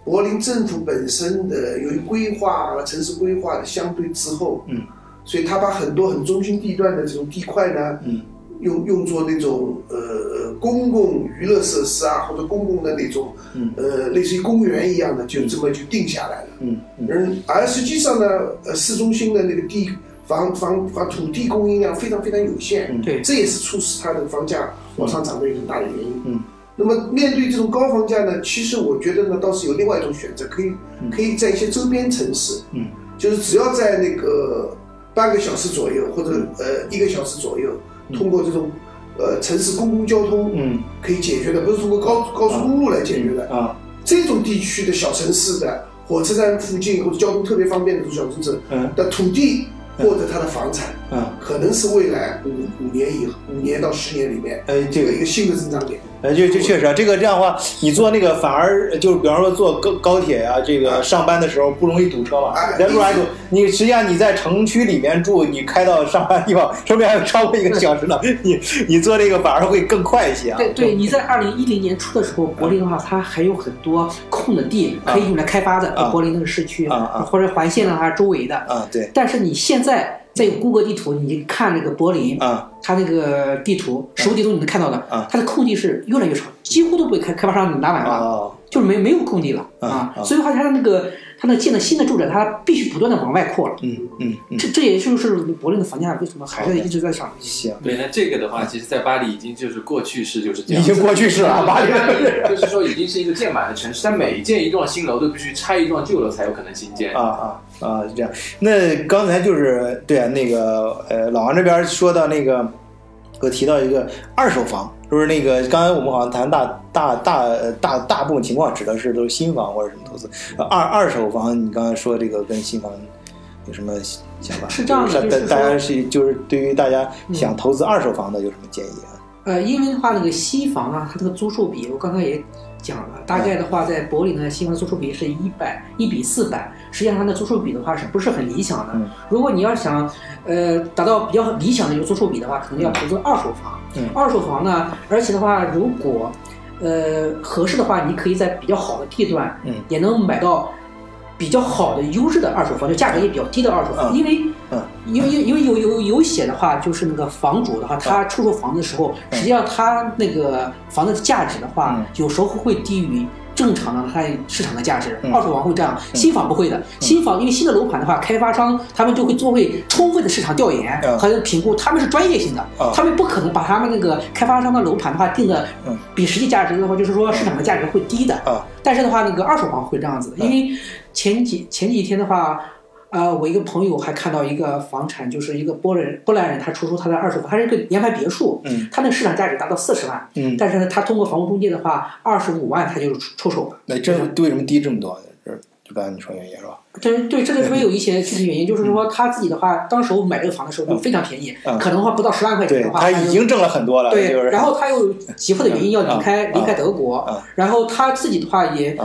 [SPEAKER 3] 柏林政府本身的由于规划和城市规划的相对滞后，
[SPEAKER 1] 嗯，
[SPEAKER 3] 所以他把很多很中心地段的这种地块呢，
[SPEAKER 1] 嗯，
[SPEAKER 3] 用用作那种呃呃公共娱乐设施啊，或者公共的那种，
[SPEAKER 1] 嗯
[SPEAKER 3] 呃，类似于公园一样的，就这么就定下来了。
[SPEAKER 1] 嗯嗯
[SPEAKER 3] 而而实际上呢，呃，市中心的那个地房房房土地供应量非常非常有限，
[SPEAKER 1] 嗯
[SPEAKER 5] 对
[SPEAKER 3] 这也是促使它的房价往上涨的一个很大的原因。
[SPEAKER 1] 嗯，
[SPEAKER 3] 那么面对这种高房价呢，其实我觉得呢，倒是有另外一种选择，可以
[SPEAKER 1] 嗯
[SPEAKER 3] 可以在一些周边城市，
[SPEAKER 1] 嗯，
[SPEAKER 3] 就是只要在那个半个小时左右或者呃一个小时左右，
[SPEAKER 1] 嗯
[SPEAKER 3] 通过这种呃城市公共交通
[SPEAKER 1] 嗯
[SPEAKER 3] 可以解决的，不是通过高高速公路来解决的。
[SPEAKER 1] 啊
[SPEAKER 3] 这种地区的小城市的火车站附近或者交通特别方便的这种小城市
[SPEAKER 1] 嗯
[SPEAKER 3] 的土地或者它的房产，
[SPEAKER 1] 嗯，
[SPEAKER 3] 可能是未来五五年以后五年到十年里面
[SPEAKER 1] 哎，这
[SPEAKER 3] 这
[SPEAKER 1] 个
[SPEAKER 3] 个一个新的增长点。
[SPEAKER 1] 呃，就就确实啊，这个这样的话，你坐那个反而呃就是，比方说坐高高铁啊，这个上班的时候不容易堵车嘛
[SPEAKER 3] 哎，
[SPEAKER 1] 在路上堵。你实际上你在城区里面住，你开到上班地方，说不定还有超过一个小时呢。你你坐这个反而会更快一些啊。
[SPEAKER 5] 对对，你在二零一零年初的时候，柏林的话，它还有很多空的地可以用来开发的，
[SPEAKER 1] 啊
[SPEAKER 5] 柏林那个市区
[SPEAKER 1] 啊啊
[SPEAKER 5] 或者环线的话周围的。
[SPEAKER 1] 啊，对
[SPEAKER 5] 但是你现在再有谷歌地图，你看那个柏林，
[SPEAKER 1] 啊
[SPEAKER 5] 它那个地图实物地图你能看到的，
[SPEAKER 1] 啊
[SPEAKER 5] 它的空地是越来越少，几乎都被开开发商给拿完了。
[SPEAKER 1] 哦
[SPEAKER 5] 就是没没有空地了
[SPEAKER 1] 啊
[SPEAKER 5] 啊
[SPEAKER 1] 啊，
[SPEAKER 5] 所以话它那个它那建的新的住宅，它必须不断的往外扩了。
[SPEAKER 1] 嗯嗯嗯，
[SPEAKER 5] 这这也就是柏林的房价为什么还在一直在上。
[SPEAKER 1] 行，
[SPEAKER 4] 对，那这个的话，其实，在巴黎已经就是过去式就是
[SPEAKER 1] 已
[SPEAKER 4] 这样子。
[SPEAKER 1] 经过去式了，巴黎。
[SPEAKER 4] 就是说，已经是一个建满的城市，但每建一幢新楼都必须拆一幢旧楼才有可能新建。
[SPEAKER 1] 啊啊啊，是这样。那刚才就是对啊，那个呃，老王这边说到那个，我提到一个二手房，就是那个刚才我们好像谈大大大呃大大部分情况指的是都是新房或者什么投资，呃二二手房你刚才说这个跟新房。有什么想法？
[SPEAKER 5] 是这样的
[SPEAKER 1] 大
[SPEAKER 5] 就
[SPEAKER 1] 大
[SPEAKER 5] 是说嗯
[SPEAKER 1] 大家是就是对于大家想投资二手房的有什么建议啊？
[SPEAKER 5] 呃，因为的话，那个西房啊，它这个租售比，我刚刚也讲了，大概的话，在柏林的西房租售比是一百一比四百，实际上它的租售比的话是不是很理想的？
[SPEAKER 1] 嗯
[SPEAKER 5] 如果你要想呃达到比较理想的一个租售比的话，可能要投资二手房。
[SPEAKER 1] 嗯
[SPEAKER 5] 二手房呢，而且的话，如果呃合适的话，你可以在比较好的地段，
[SPEAKER 1] 嗯
[SPEAKER 5] 也能买到比较好的优质的二手房，就价格也比较低的二手房，
[SPEAKER 1] 嗯
[SPEAKER 5] 因为。
[SPEAKER 1] 嗯
[SPEAKER 5] 因为因为有有有写的话，就是那个房主的话，他出售房子的时候，实际上他那个房子的价值的话
[SPEAKER 1] 嗯，
[SPEAKER 5] 有时候会低于正常的它市场的价值
[SPEAKER 1] 嗯。
[SPEAKER 5] 二手房会这样，新房不会的。新房因为新的楼盘的话，开发商他们就会做会充分的市场调研
[SPEAKER 1] 嗯
[SPEAKER 5] 和评估，他们是专业性的
[SPEAKER 1] 嗯，
[SPEAKER 5] 他们不可能把他们那个开发商的楼盘的话定的
[SPEAKER 1] 嗯
[SPEAKER 5] 比实际价值的话，就是说市场的价值会低的。
[SPEAKER 1] 啊，
[SPEAKER 5] 但是的话，那个二手房会这样子
[SPEAKER 1] 嗯
[SPEAKER 5] 的，因为前几前几天的话，呃，我一个朋友还看到一个房产，就是一个波兰波兰人，他出售他的二手房，他是一个联排别墅，
[SPEAKER 1] 嗯
[SPEAKER 5] 他的市场价值达到四十万，
[SPEAKER 1] 嗯，
[SPEAKER 5] 但是呢，他通过房屋中介的话，二十五万他就出出手了。
[SPEAKER 1] 那这为什么低这么多？就是就刚才你说原因是吧？
[SPEAKER 5] 对对，这个是不是有一
[SPEAKER 1] 嗯
[SPEAKER 5] 些具体原因？就是说他自己的话，当时我买这个房的时候就非常便宜，
[SPEAKER 1] 嗯
[SPEAKER 5] 可能的话不到十万块钱
[SPEAKER 1] 对
[SPEAKER 5] 的话，
[SPEAKER 1] 他
[SPEAKER 5] 就
[SPEAKER 1] 已经挣了很多了，
[SPEAKER 5] 对，
[SPEAKER 1] 就是
[SPEAKER 5] 然后他又急迫的原因要离开、
[SPEAKER 1] 嗯
[SPEAKER 5] 离开德国，
[SPEAKER 1] 嗯
[SPEAKER 5] 然后他自己的话也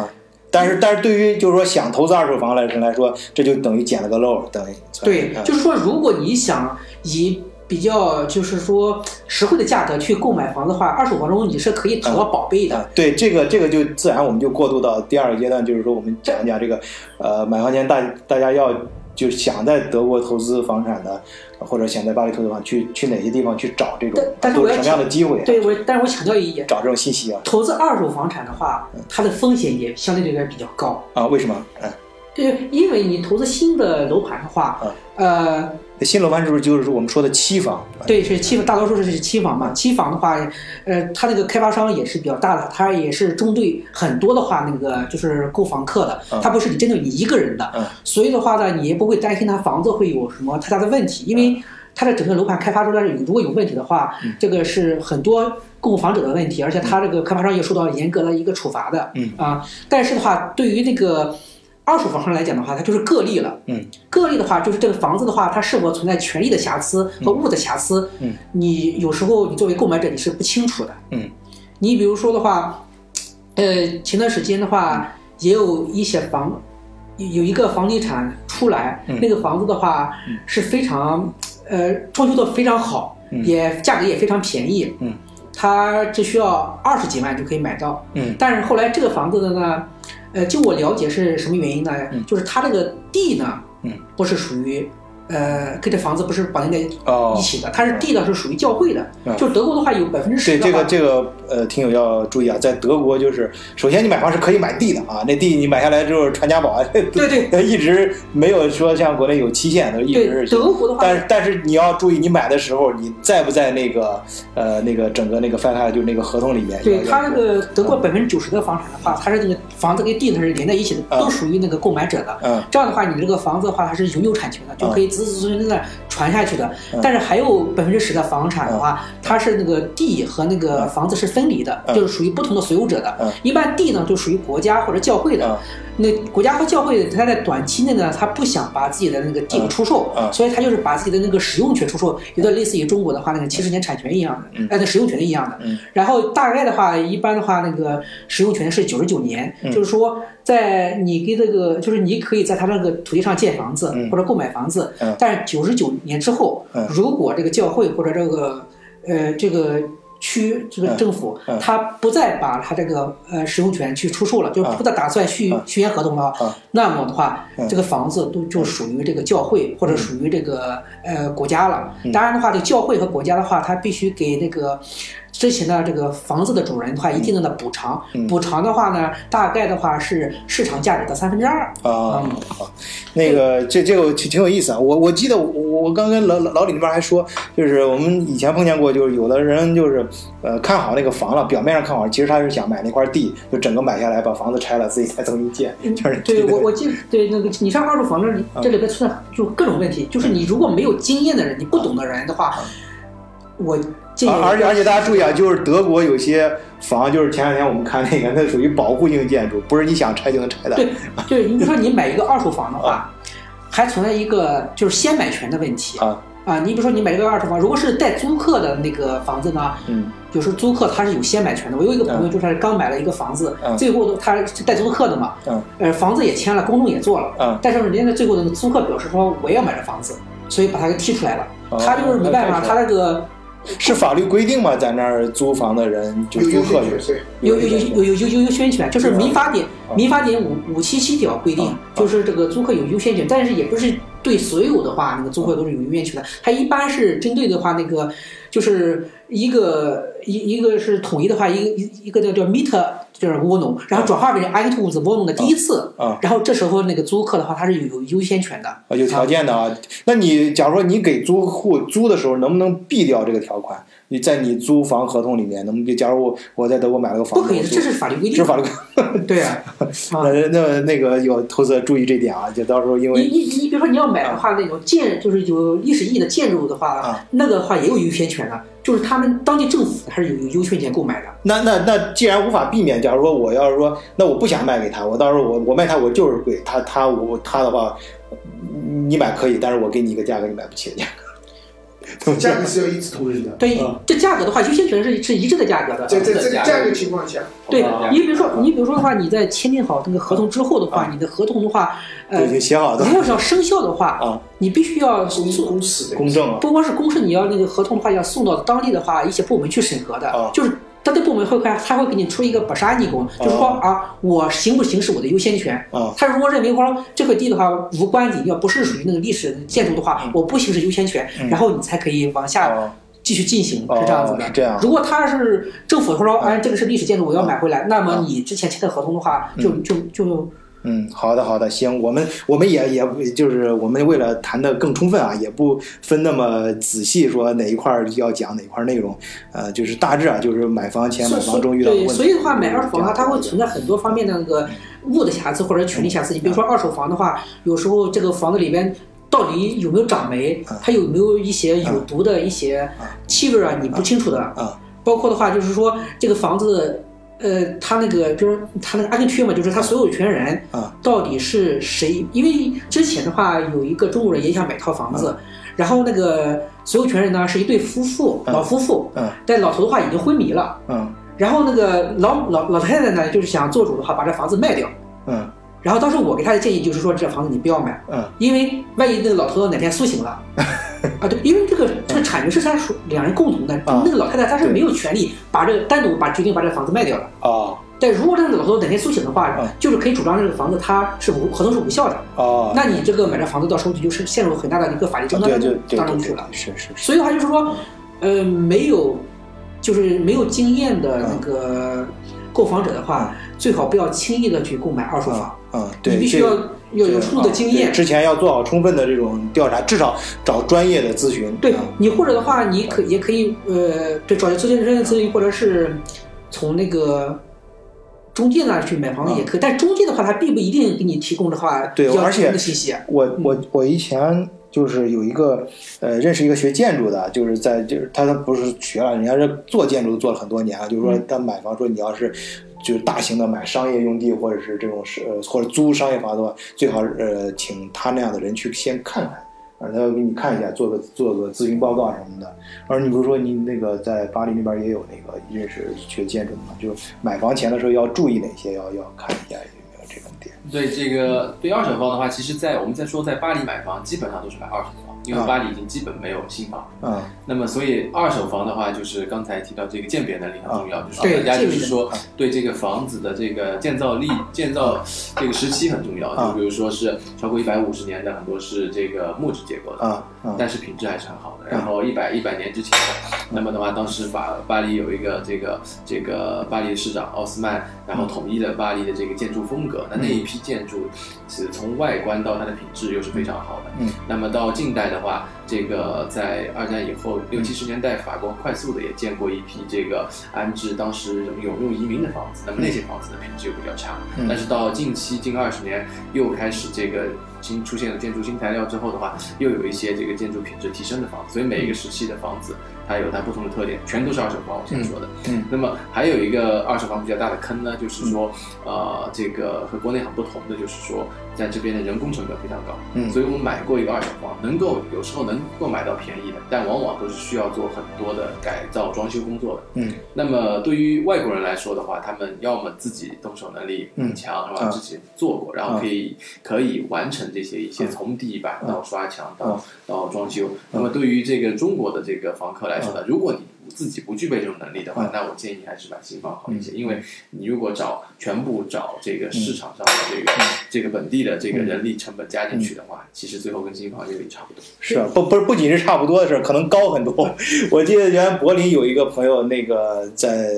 [SPEAKER 1] 但是但是对于就是说想投资二手房来人来说，这就等于捡了个漏，等于
[SPEAKER 5] 对，
[SPEAKER 1] 嗯
[SPEAKER 5] 就是说，如果你想以比较就是说实惠的价格去购买房的话，二手房中你是可以淘到宝贝的。
[SPEAKER 1] 啊，对这个这个就自然我们就过渡到第二个阶段，就是说我们讲一讲这个，呃，买房前大大家要就想在德国投资房产的，或者想在巴黎投资房，去去哪些地方去找这种
[SPEAKER 5] 但但是
[SPEAKER 1] 都
[SPEAKER 5] 我
[SPEAKER 1] 是
[SPEAKER 5] 要
[SPEAKER 1] 什么样的机会？啊
[SPEAKER 5] 对我，但是我强调一点，
[SPEAKER 1] 找这种信息啊
[SPEAKER 5] 投资二手房产的话，它的风险也相对来说比较高。
[SPEAKER 1] 啊，为什么？嗯，
[SPEAKER 5] 对，因为你投资新的楼盘的话，呃，
[SPEAKER 1] 那新楼盘是不是就是我们说的期房？
[SPEAKER 5] 对，是期房，大多数是期房嘛。期房的话，呃，它那个开发商也是比较大的，它也是针对很多的话，那个就是购房客的
[SPEAKER 1] 嗯，
[SPEAKER 5] 它不是你针对你一个人的
[SPEAKER 1] 嗯，
[SPEAKER 5] 所以的话呢，你也不会担心它房子会有什么太大的问题，
[SPEAKER 1] 嗯
[SPEAKER 5] 因为它的整个楼盘开发出来有如果有问题的话，这个是很多购房者的问题，而且它这个开发商也受到严格的一个处罚的，
[SPEAKER 1] 嗯
[SPEAKER 5] 啊，但是的话，对于那个二手房上来讲的话，它就是个例了，
[SPEAKER 1] 嗯，
[SPEAKER 5] 个例的话，就是这个房子的话，它是否存在权利的瑕疵和物的瑕疵，
[SPEAKER 1] 嗯，
[SPEAKER 5] 你有时候你作为购买者你是不清楚的，
[SPEAKER 1] 嗯，
[SPEAKER 5] 你比如说的话，呃，前段时间的
[SPEAKER 1] 嗯
[SPEAKER 5] 话，也有一些房，有有一个房地产出来，
[SPEAKER 1] 嗯
[SPEAKER 5] 那个房子的话、是非常，呃，装修的非常好，
[SPEAKER 1] 嗯
[SPEAKER 5] 也价格也非常便宜，
[SPEAKER 1] 嗯，
[SPEAKER 5] 它只需要二十几万就可以买到，
[SPEAKER 1] 嗯
[SPEAKER 5] 但是后来这个房子的呢，呃，就我了解是什么原因呢？
[SPEAKER 1] 嗯
[SPEAKER 5] 就是它这个地呢，
[SPEAKER 1] 嗯，
[SPEAKER 5] 不是属于，呃，跟这房子不是绑定在一
[SPEAKER 1] 哦，
[SPEAKER 5] 起的，它是地呢是属于教会的，
[SPEAKER 1] 嗯
[SPEAKER 5] 就是德国的话有百分之
[SPEAKER 1] 对
[SPEAKER 5] 十
[SPEAKER 1] 这
[SPEAKER 5] 的
[SPEAKER 1] 个
[SPEAKER 5] 话，
[SPEAKER 1] 这个呃，听友要注意啊，在德国就是，首先你买房是可以买地的啊，那地你买下来之后传家宝啊，
[SPEAKER 5] 对 对
[SPEAKER 1] 对，一直没有说像国内有期限的，一直
[SPEAKER 5] 对
[SPEAKER 1] 是。
[SPEAKER 5] 德国的话，
[SPEAKER 1] 但是但是你要注意，你买的时候你在不在那个呃那个整个那个 f a t a 就那个嗯合同里面？
[SPEAKER 5] 对
[SPEAKER 1] 要
[SPEAKER 5] 它那个德国百分之九十的房产的话，它是那个房子跟地呢是连在一起的，
[SPEAKER 1] 嗯
[SPEAKER 5] 都属于那个购买者的。
[SPEAKER 1] 嗯
[SPEAKER 5] 这样的话，你这个房子的话，它是永久产权的，就可以子子孙孙的传下去的。
[SPEAKER 1] 嗯
[SPEAKER 5] 但是还有百分之十的房产的话，它是那个地和那个房子是分离的，
[SPEAKER 1] 嗯
[SPEAKER 5] 就是属于不同的所有者的。
[SPEAKER 1] 嗯
[SPEAKER 5] 一般地呢就属于国家或者教会的。
[SPEAKER 1] 嗯
[SPEAKER 5] 那国家和教会，它在短期内呢，它不想把自己的那个地给出售，
[SPEAKER 1] 嗯嗯
[SPEAKER 5] 所以它就是把自己的那个使用权出售，有点类似于中国的话那个七十年产权一样的，
[SPEAKER 1] 嗯
[SPEAKER 5] 哎、那使用权一样的。
[SPEAKER 1] 嗯
[SPEAKER 5] 然后大概的话，一般的话，那个使用权是九十九年，
[SPEAKER 1] 嗯
[SPEAKER 5] 就是说，在你跟这个，就是你可以在他那个土地上建房子、
[SPEAKER 1] 嗯
[SPEAKER 5] 或者购买房子，
[SPEAKER 1] 嗯
[SPEAKER 5] 但是九十九年之后，
[SPEAKER 1] 嗯
[SPEAKER 5] 如果这个教会或者这个呃这个区这个
[SPEAKER 1] 嗯
[SPEAKER 5] 政府，
[SPEAKER 1] 嗯
[SPEAKER 5] 他不再把他这个呃使用权去出售了，就是
[SPEAKER 1] 啊
[SPEAKER 5] 不再打算续、
[SPEAKER 1] 啊
[SPEAKER 5] 续约合同了，
[SPEAKER 1] 啊
[SPEAKER 5] 那么的话，
[SPEAKER 1] 嗯
[SPEAKER 5] 这个房子都就属于这个教会或者属于这个呃国家了。
[SPEAKER 1] 嗯
[SPEAKER 5] 当然的话，这个教会和国家的话，它必须给那个之前的这个房子的主人的话一定的补偿
[SPEAKER 1] 嗯。
[SPEAKER 5] 补偿的话呢，大概的话是市场价值的三分之二。
[SPEAKER 1] 啊
[SPEAKER 5] 嗯，
[SPEAKER 1] 好那个这这个挺挺有意思啊！我我记得我我刚跟老老老李那边还说，就是我们以前碰见过，就是有的人就是呃看好那个房了，表面上看好，其实他是想买那块地，就整个买下来，把房子拆了，自己再重新建， 就是
[SPEAKER 5] 嗯对我，我记得对那个你上二手房这里
[SPEAKER 1] 嗯
[SPEAKER 5] 这里边存在就各种问题，就是你如果没有经验的人，你不懂的人的话，我建议
[SPEAKER 1] 啊而而且而且大家注意啊，就是德国有些房，就是前两天我们看那个，那属于保护性建筑，不是你想拆就能拆的。
[SPEAKER 5] 对，就是你说你买一个二手房的话，还存在一个就是先买权的问题
[SPEAKER 1] 啊
[SPEAKER 5] 你比如说你买一个二手房，如果是带租客的那个房子呢，
[SPEAKER 1] 嗯
[SPEAKER 5] 有时候租客他是有先买权的。我有一个朋友就是刚买了一个房子，
[SPEAKER 1] 嗯
[SPEAKER 5] 最后都他是带租客的嘛，
[SPEAKER 1] 嗯
[SPEAKER 5] 呃，房子也签了，公证也做了，
[SPEAKER 1] 嗯
[SPEAKER 5] 但是人家的最后那个租客表示说我也要买这房子，所以把他给踢出来了。
[SPEAKER 1] 哦
[SPEAKER 5] 他就是没办法，他那个
[SPEAKER 1] 是法律规定吗？在那儿租房的人就
[SPEAKER 3] 有
[SPEAKER 1] 租
[SPEAKER 3] 优
[SPEAKER 1] 客
[SPEAKER 3] 先权，对，
[SPEAKER 5] 有有有有有有有优先权，就是
[SPEAKER 1] 对啊
[SPEAKER 5] 民法典
[SPEAKER 1] 啊
[SPEAKER 5] 民法典五五七七条规定
[SPEAKER 1] 啊，
[SPEAKER 5] 就是这个租客有优先权，但是也不是对所有的话，那个租客都是有优先权的。它一般是针对的话，那个就是一个一一个是统一的话，一个一一个叫叫 meter 就是窝农，然后转化为
[SPEAKER 1] 哦
[SPEAKER 5] iTunes 窝农的第一次
[SPEAKER 1] 啊啊，
[SPEAKER 5] 然后这时候那个租客的话，他是有有优先权的。
[SPEAKER 1] 啊，有条件的啊。那你假如说你给租户租的时候，能不能避掉这个条款？你在你租房合同里面，能不能？假如我我在德国买了个房
[SPEAKER 5] 不
[SPEAKER 1] 子，
[SPEAKER 5] 可以，
[SPEAKER 1] 我租
[SPEAKER 5] 这是法律规
[SPEAKER 1] 这是。
[SPEAKER 5] 定
[SPEAKER 1] 法律规
[SPEAKER 5] 对啊，啊
[SPEAKER 1] 那 那那个有投资者注意这点啊，就到时候因
[SPEAKER 5] 你
[SPEAKER 1] 为
[SPEAKER 5] 你你，比如说你要买的话，那种建就是有历史意义的建筑的话，
[SPEAKER 1] 啊
[SPEAKER 5] 那个的话也有优先权的，就是他们当地政府还是有有优先权购买的。
[SPEAKER 1] 那那那既然无法避免，假如说我要是说，那我不想卖给他，我到时候我我卖他我就是贵，他他我他的话，你买可以，但是我给你一个价格，你买不起的价格。
[SPEAKER 3] 价格是要一视同仁的。
[SPEAKER 5] 对
[SPEAKER 1] 啊，
[SPEAKER 5] 这价格的话，优先权是是一致的价格的。
[SPEAKER 3] 在在这个价格情况下，
[SPEAKER 5] 对
[SPEAKER 4] 啊，
[SPEAKER 5] 你比如说，你比如说的话，你在签订好那个合同之后的话，你的合同的话，
[SPEAKER 1] 啊对，
[SPEAKER 5] 呃
[SPEAKER 1] 已，经写好的
[SPEAKER 5] 如果是要生效的话，
[SPEAKER 1] 啊，
[SPEAKER 5] 你必须要
[SPEAKER 3] 公
[SPEAKER 5] 送，
[SPEAKER 3] 公示的
[SPEAKER 1] 公证啊，
[SPEAKER 5] 不光是公示，你要那个合同的话，要送到当地的话一些部门去审核
[SPEAKER 1] 啊
[SPEAKER 5] 的，就是。他的部门会会，他会给你出一个本沙尼工，就是说
[SPEAKER 1] 哦
[SPEAKER 5] 啊，我行不行是我的优先权，
[SPEAKER 1] 啊
[SPEAKER 5] 他如果认为说这个地的话无关紧要，不是属于那个历史建筑的话
[SPEAKER 1] 嗯，
[SPEAKER 5] 我不行使优先权
[SPEAKER 1] 嗯，
[SPEAKER 5] 然后你才可以往下
[SPEAKER 1] 啊
[SPEAKER 5] 继续进行，
[SPEAKER 1] 哦
[SPEAKER 5] 是这样子
[SPEAKER 1] 是
[SPEAKER 5] 的。
[SPEAKER 1] 这样
[SPEAKER 5] 如果他是政府说，
[SPEAKER 1] 嗯
[SPEAKER 5] 哎，这个是历史建筑，我要买回来，那么
[SPEAKER 1] 嗯
[SPEAKER 5] 你之前签的合同的话，就就就
[SPEAKER 1] 嗯，好的好的，行，我们我们也也就是我们为了谈的更充分啊，也不分那么仔细说哪一块儿要讲哪一块儿内容，呃，就是大致啊，就是买房前买
[SPEAKER 5] 所
[SPEAKER 1] 房
[SPEAKER 5] 所
[SPEAKER 1] 中遇到的问
[SPEAKER 5] 对，
[SPEAKER 1] 题。
[SPEAKER 5] 所以的话，买二手房的话，
[SPEAKER 1] 这样
[SPEAKER 5] 它会存在很多方面的那个物的瑕疵或者权利瑕疵。你比
[SPEAKER 1] 嗯
[SPEAKER 5] 如说二手房的话，有时候这个房子里边。到底有没有长霉
[SPEAKER 1] 嗯？
[SPEAKER 5] 它有没有一些有毒的一些
[SPEAKER 1] 嗯
[SPEAKER 5] 气味啊？你不清楚的。
[SPEAKER 1] 嗯
[SPEAKER 5] 包括的话，就是说这个房子，呃，它那个，比如说它那个安 n 区嘛，就是它所有权人
[SPEAKER 1] 啊
[SPEAKER 5] 到底是谁？因为之前的话，有一个中国人也想买套房
[SPEAKER 1] 嗯
[SPEAKER 5] 子，然后那个所有权人呢是一对夫妇，
[SPEAKER 1] 嗯
[SPEAKER 5] 老夫妇，
[SPEAKER 1] 嗯
[SPEAKER 5] 但老头的话已经昏迷了。
[SPEAKER 1] 嗯
[SPEAKER 5] 然后那个老老老太太呢，就是想做主的话，把这房子卖掉。
[SPEAKER 1] 嗯
[SPEAKER 5] 然后当时我给她的建议就是说，这房子你不要买，
[SPEAKER 1] 嗯
[SPEAKER 5] 因为万一那个老头子哪天苏醒了，啊对，因为这个这个产权是他属两人共同的，
[SPEAKER 1] 啊
[SPEAKER 5] 那个老太太她是
[SPEAKER 1] 对
[SPEAKER 5] 没有权利把这个单独把决定把这个房子卖掉的。
[SPEAKER 1] 哦
[SPEAKER 5] 但如果这个老头子哪天苏醒的话
[SPEAKER 1] 嗯，
[SPEAKER 5] 就是可以主张这个房子它是无合同是无效的，
[SPEAKER 1] 哦，
[SPEAKER 5] 那你这个买这房子到时候你就是陷入很大的一个法律争
[SPEAKER 1] 啊对
[SPEAKER 5] 端
[SPEAKER 1] 对对
[SPEAKER 5] 当
[SPEAKER 1] 对
[SPEAKER 5] 中去
[SPEAKER 1] 对
[SPEAKER 5] 了，。嗯
[SPEAKER 1] 是是是，
[SPEAKER 5] 所以的话就是说，呃，没有就是没有经验的那
[SPEAKER 1] 嗯
[SPEAKER 5] 个购房者的话，最好不要轻易的去购买二手
[SPEAKER 1] 嗯
[SPEAKER 5] 房，
[SPEAKER 1] 嗯，对，
[SPEAKER 5] 你必须
[SPEAKER 1] 这啊
[SPEAKER 5] 要要有充足的经
[SPEAKER 1] 对
[SPEAKER 5] 验。
[SPEAKER 1] 之前要做好充分的这种调查，至少找专业的咨询。
[SPEAKER 5] 对
[SPEAKER 1] 嗯
[SPEAKER 5] 你或者的话，你可也可以呃，对，找咨询师咨询，或者是从那个。中介那儿去买房子也可以，但中介的话，他并不一定给你提供的话，
[SPEAKER 1] 嗯对
[SPEAKER 5] 比较
[SPEAKER 1] 而且
[SPEAKER 5] 全面的信息。啊
[SPEAKER 1] 我我我以前就是有一个呃认识一个学建筑的，就是在就是他他不是学了，人家是做建筑做了很多年啊，就是说他买房说你要是。就是大型的买商业用地，或者是这种是呃或者租商业房的话，最好呃请他那样的人去先看看，啊，他要给你看一下，做个做个咨询报告什么的。而你不是说你那个在巴黎那边也有那个认识学建筑的嘛，就是买房前的时候要注意哪些，要要看一下有没有这种点。
[SPEAKER 4] 对这个对二手房的话，其实在，我们在说在巴黎买房，基本上都是买二手房，因
[SPEAKER 1] 啊
[SPEAKER 4] 为巴黎已经基本没有新房。
[SPEAKER 1] 嗯
[SPEAKER 4] 那么，所以二手房的话，就是刚才提到这个鉴别能力很重要，就是
[SPEAKER 5] 对
[SPEAKER 4] 大家就是
[SPEAKER 5] 鉴别
[SPEAKER 4] 说对这个房子的这个建造力、建造这个时期很重要。
[SPEAKER 1] 啊
[SPEAKER 4] 就比如说是超过一百五十年的，很多是这个木质结构的，
[SPEAKER 1] 啊啊
[SPEAKER 4] 但是品质还是很好的。
[SPEAKER 1] 嗯
[SPEAKER 4] 然后一百一百年之前，那么的话，当时法巴黎有一个这个这个巴黎市长奥斯曼，然
[SPEAKER 1] 嗯
[SPEAKER 4] 后统一了巴黎的这个建筑风格。那那一批建筑，是从外观到它的品质又是非常好的。
[SPEAKER 1] 嗯，
[SPEAKER 4] 那么到近代的话，这个在二战以后
[SPEAKER 1] 嗯
[SPEAKER 4] 六七十年代，法国快速的也建过一批这个安置当时涌入移民的房子。那么那些房子的品质又比较差。
[SPEAKER 1] 嗯
[SPEAKER 4] 但是到近期近二十年又开始这个新出现了建筑新材料之后的话，又有一些这个建筑品质提升的房子，所以每一个时期的房子它有它不同的特点，全都是二手房。我先说的，
[SPEAKER 1] 嗯
[SPEAKER 4] 那么还有一个二手房比较大的坑呢，就是说，呃，这个和国内很不同的就是说，在这边的人工成本非常高，
[SPEAKER 1] 嗯
[SPEAKER 4] 所以我们买过一个二手房，能够有时候能够买到便宜的，但往往都是需要做很多的改造装修工作的。
[SPEAKER 1] 嗯，
[SPEAKER 4] 那么对于外国人来说的话，他们要么自己动手能力很强，
[SPEAKER 1] 嗯
[SPEAKER 4] 是吧？
[SPEAKER 1] 啊
[SPEAKER 4] 自己做过，然后可以可以完成这些一些
[SPEAKER 1] 嗯
[SPEAKER 4] 从地板
[SPEAKER 1] 嗯
[SPEAKER 4] 到刷墙
[SPEAKER 1] 嗯
[SPEAKER 4] 到到装修。那
[SPEAKER 1] 啊
[SPEAKER 4] 么对于这个中国的这个房客来说呢，如果你自己不具备这种能力的
[SPEAKER 1] 嗯
[SPEAKER 4] 话，那我建议还是买新房好一些，因为你如果找全部找这个
[SPEAKER 1] 嗯
[SPEAKER 4] 市场上的这个这个本地的这个人力成本加进去的
[SPEAKER 1] 嗯
[SPEAKER 4] 话，其实最后跟新房这个也差不多。
[SPEAKER 1] 是啊不不是不仅是差不多的事儿，可能高很多。 我记得原来柏林有一个朋友，那个在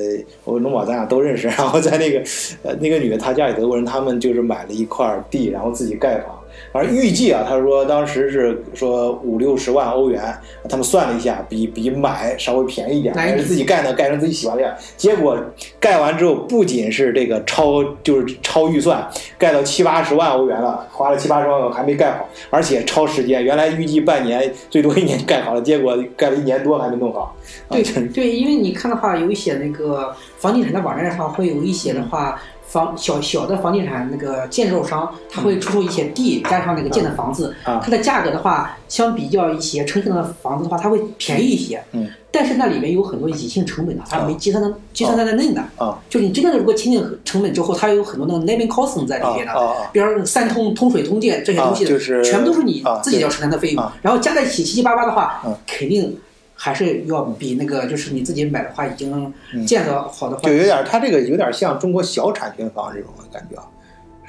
[SPEAKER 1] 我龙宝咱俩都认识，然后在那个呃那个女的，她家里德国人，他们就是买了一块地，然后自己盖房。反正预计啊，他说当时是说五六十万欧元，他们算了一下，比比买稍微便宜一点，
[SPEAKER 5] 难以
[SPEAKER 1] 还是自己盖呢，盖成自己喜欢的样。结果盖完之后，不仅是这个超，就是超预算，盖到七八十万欧元了，花了七八十万欧元还没盖好，而且超时间，原来预计半年最多一年盖好了，结果盖了一年多还没弄好。啊
[SPEAKER 5] 对
[SPEAKER 1] 这是
[SPEAKER 5] 对，因为你看的话，有一些那个房地产的网站上会有一些的话，房小小的房地产那个建设商，他会出售一些地加上那个建的房子，
[SPEAKER 1] 嗯啊
[SPEAKER 5] 它的价格的话，相比较一些城市的房子的话，它会便宜一些。
[SPEAKER 1] 嗯。
[SPEAKER 5] 但是那里面有很多隐性成本的，它没计算在计算在内的。
[SPEAKER 1] 啊。
[SPEAKER 5] 就是你真的如果签订成本之后，它有很多那个 living cost 在
[SPEAKER 1] 啊
[SPEAKER 5] 里面的。
[SPEAKER 1] 啊
[SPEAKER 5] 比方说三通通水通电这些东西
[SPEAKER 1] 啊就是
[SPEAKER 5] 全部都是你自己要承担的费用，
[SPEAKER 1] 啊对
[SPEAKER 5] 然后加在一起七七八八的话，
[SPEAKER 1] 嗯
[SPEAKER 5] 肯定还是要比那个就是你自己买的话已经
[SPEAKER 1] 嗯
[SPEAKER 5] 建造好的话，
[SPEAKER 1] 就有点它这个有点像中国小产权房这种感觉啊，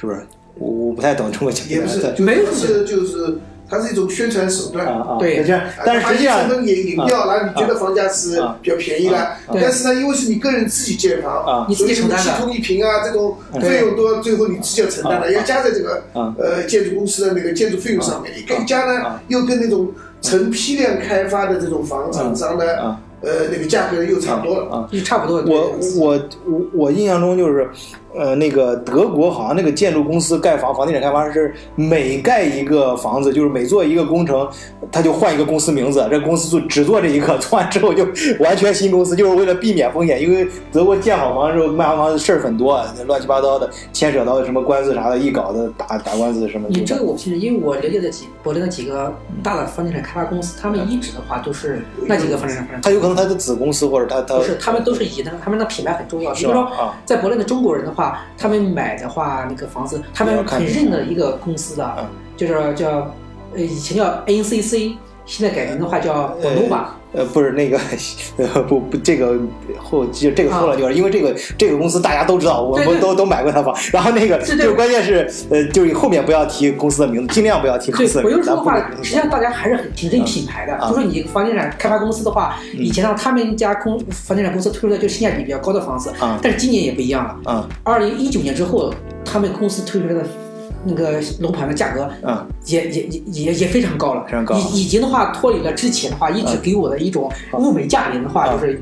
[SPEAKER 1] 是不是？我我不太懂中国小
[SPEAKER 3] 也
[SPEAKER 1] 产
[SPEAKER 3] 不
[SPEAKER 1] 权
[SPEAKER 3] 是
[SPEAKER 1] 房。
[SPEAKER 5] 没有
[SPEAKER 3] 是就是它是一种宣传手段
[SPEAKER 1] 啊。啊，
[SPEAKER 5] 对
[SPEAKER 1] 就是但是实际上
[SPEAKER 3] 把你成本也引掉了，你觉得房价是
[SPEAKER 1] 啊
[SPEAKER 3] 比较便宜了
[SPEAKER 1] 啊，
[SPEAKER 5] 对
[SPEAKER 3] 但是呢，因为是你个人自己建
[SPEAKER 1] 啊
[SPEAKER 3] 房，
[SPEAKER 5] 你自
[SPEAKER 3] 所以
[SPEAKER 5] 己承担的
[SPEAKER 3] 气通一平啊，这种费用多，最后你自己要承担
[SPEAKER 1] 啊
[SPEAKER 3] 的，要加在这个
[SPEAKER 1] 啊
[SPEAKER 3] 呃建筑公司的那个建筑费用上面。你更加呢
[SPEAKER 1] 啊，
[SPEAKER 3] 又跟那种成批量开发的这种房厂商的
[SPEAKER 1] 啊
[SPEAKER 3] 呃那个价格又差不多了。
[SPEAKER 1] 啊
[SPEAKER 5] 就差不多。
[SPEAKER 1] 我我我我印象中就是，呃，那个德国好像那个建筑公司盖房，房地产开发是每盖一个房子，就是每做一个工程，他就换一个公司名字，这公司做只做这一个， 做完之后就完全新公司，就是为了避免风险，因为德国建好房之后卖完房子事儿很多，乱七八糟的，牵扯到什么官司啥的，一搞的打打官司什么的。
[SPEAKER 5] 你这个我不信，因为我了解的几柏林的几个大的房地产开发公司，他们一直的话都是那几个房地产开发公司
[SPEAKER 1] 他有可能他的子公司或者他他
[SPEAKER 5] 不是，他们都是以那个他们的品牌很重要。比
[SPEAKER 1] 呃是
[SPEAKER 5] 如
[SPEAKER 1] 吧
[SPEAKER 5] 说
[SPEAKER 1] 啊，
[SPEAKER 5] 在柏林的中国人的话，他们买的话那个房子，他
[SPEAKER 1] 也要
[SPEAKER 5] 们
[SPEAKER 1] 看
[SPEAKER 5] 很
[SPEAKER 1] 品
[SPEAKER 5] 认
[SPEAKER 1] 牌
[SPEAKER 5] 的一个公司
[SPEAKER 1] 嗯
[SPEAKER 5] 的，就是叫呃以前叫 NCC，现在改名的话叫 Bonova。
[SPEAKER 1] 呃，不是那个，呃，不不，这个后就这个说了，
[SPEAKER 5] 啊
[SPEAKER 1] 就是因为这个这个公司大家都知道，我
[SPEAKER 5] 对
[SPEAKER 1] 们
[SPEAKER 5] 对
[SPEAKER 1] 都都买过它房，然后那个
[SPEAKER 5] 对
[SPEAKER 1] 就
[SPEAKER 5] 对
[SPEAKER 1] 是关键是，呃，就是后面不要提公司的名字，尽量不要提公
[SPEAKER 5] 对
[SPEAKER 1] 司，的
[SPEAKER 5] 我
[SPEAKER 1] 名
[SPEAKER 5] 就
[SPEAKER 1] 字，咱
[SPEAKER 5] 说的
[SPEAKER 1] 不
[SPEAKER 5] 话，
[SPEAKER 1] 能
[SPEAKER 5] 实际上大家还是很挺认品牌的。
[SPEAKER 1] 啊嗯
[SPEAKER 5] 就说你房地产开发公司的话，以前让他们家公房地产公司推出的就性价比比较高的房子
[SPEAKER 1] 啊，
[SPEAKER 5] 但是今年也不一样了。
[SPEAKER 1] 啊
[SPEAKER 5] 二零一九年之后，他们公司推出来的那个楼盘的价格
[SPEAKER 1] 啊
[SPEAKER 5] 也也也也也非常高了，
[SPEAKER 1] 非常高
[SPEAKER 5] 已已经的话脱离了之前的话一直给我的一种
[SPEAKER 1] 嗯
[SPEAKER 5] 物美价廉的话，就是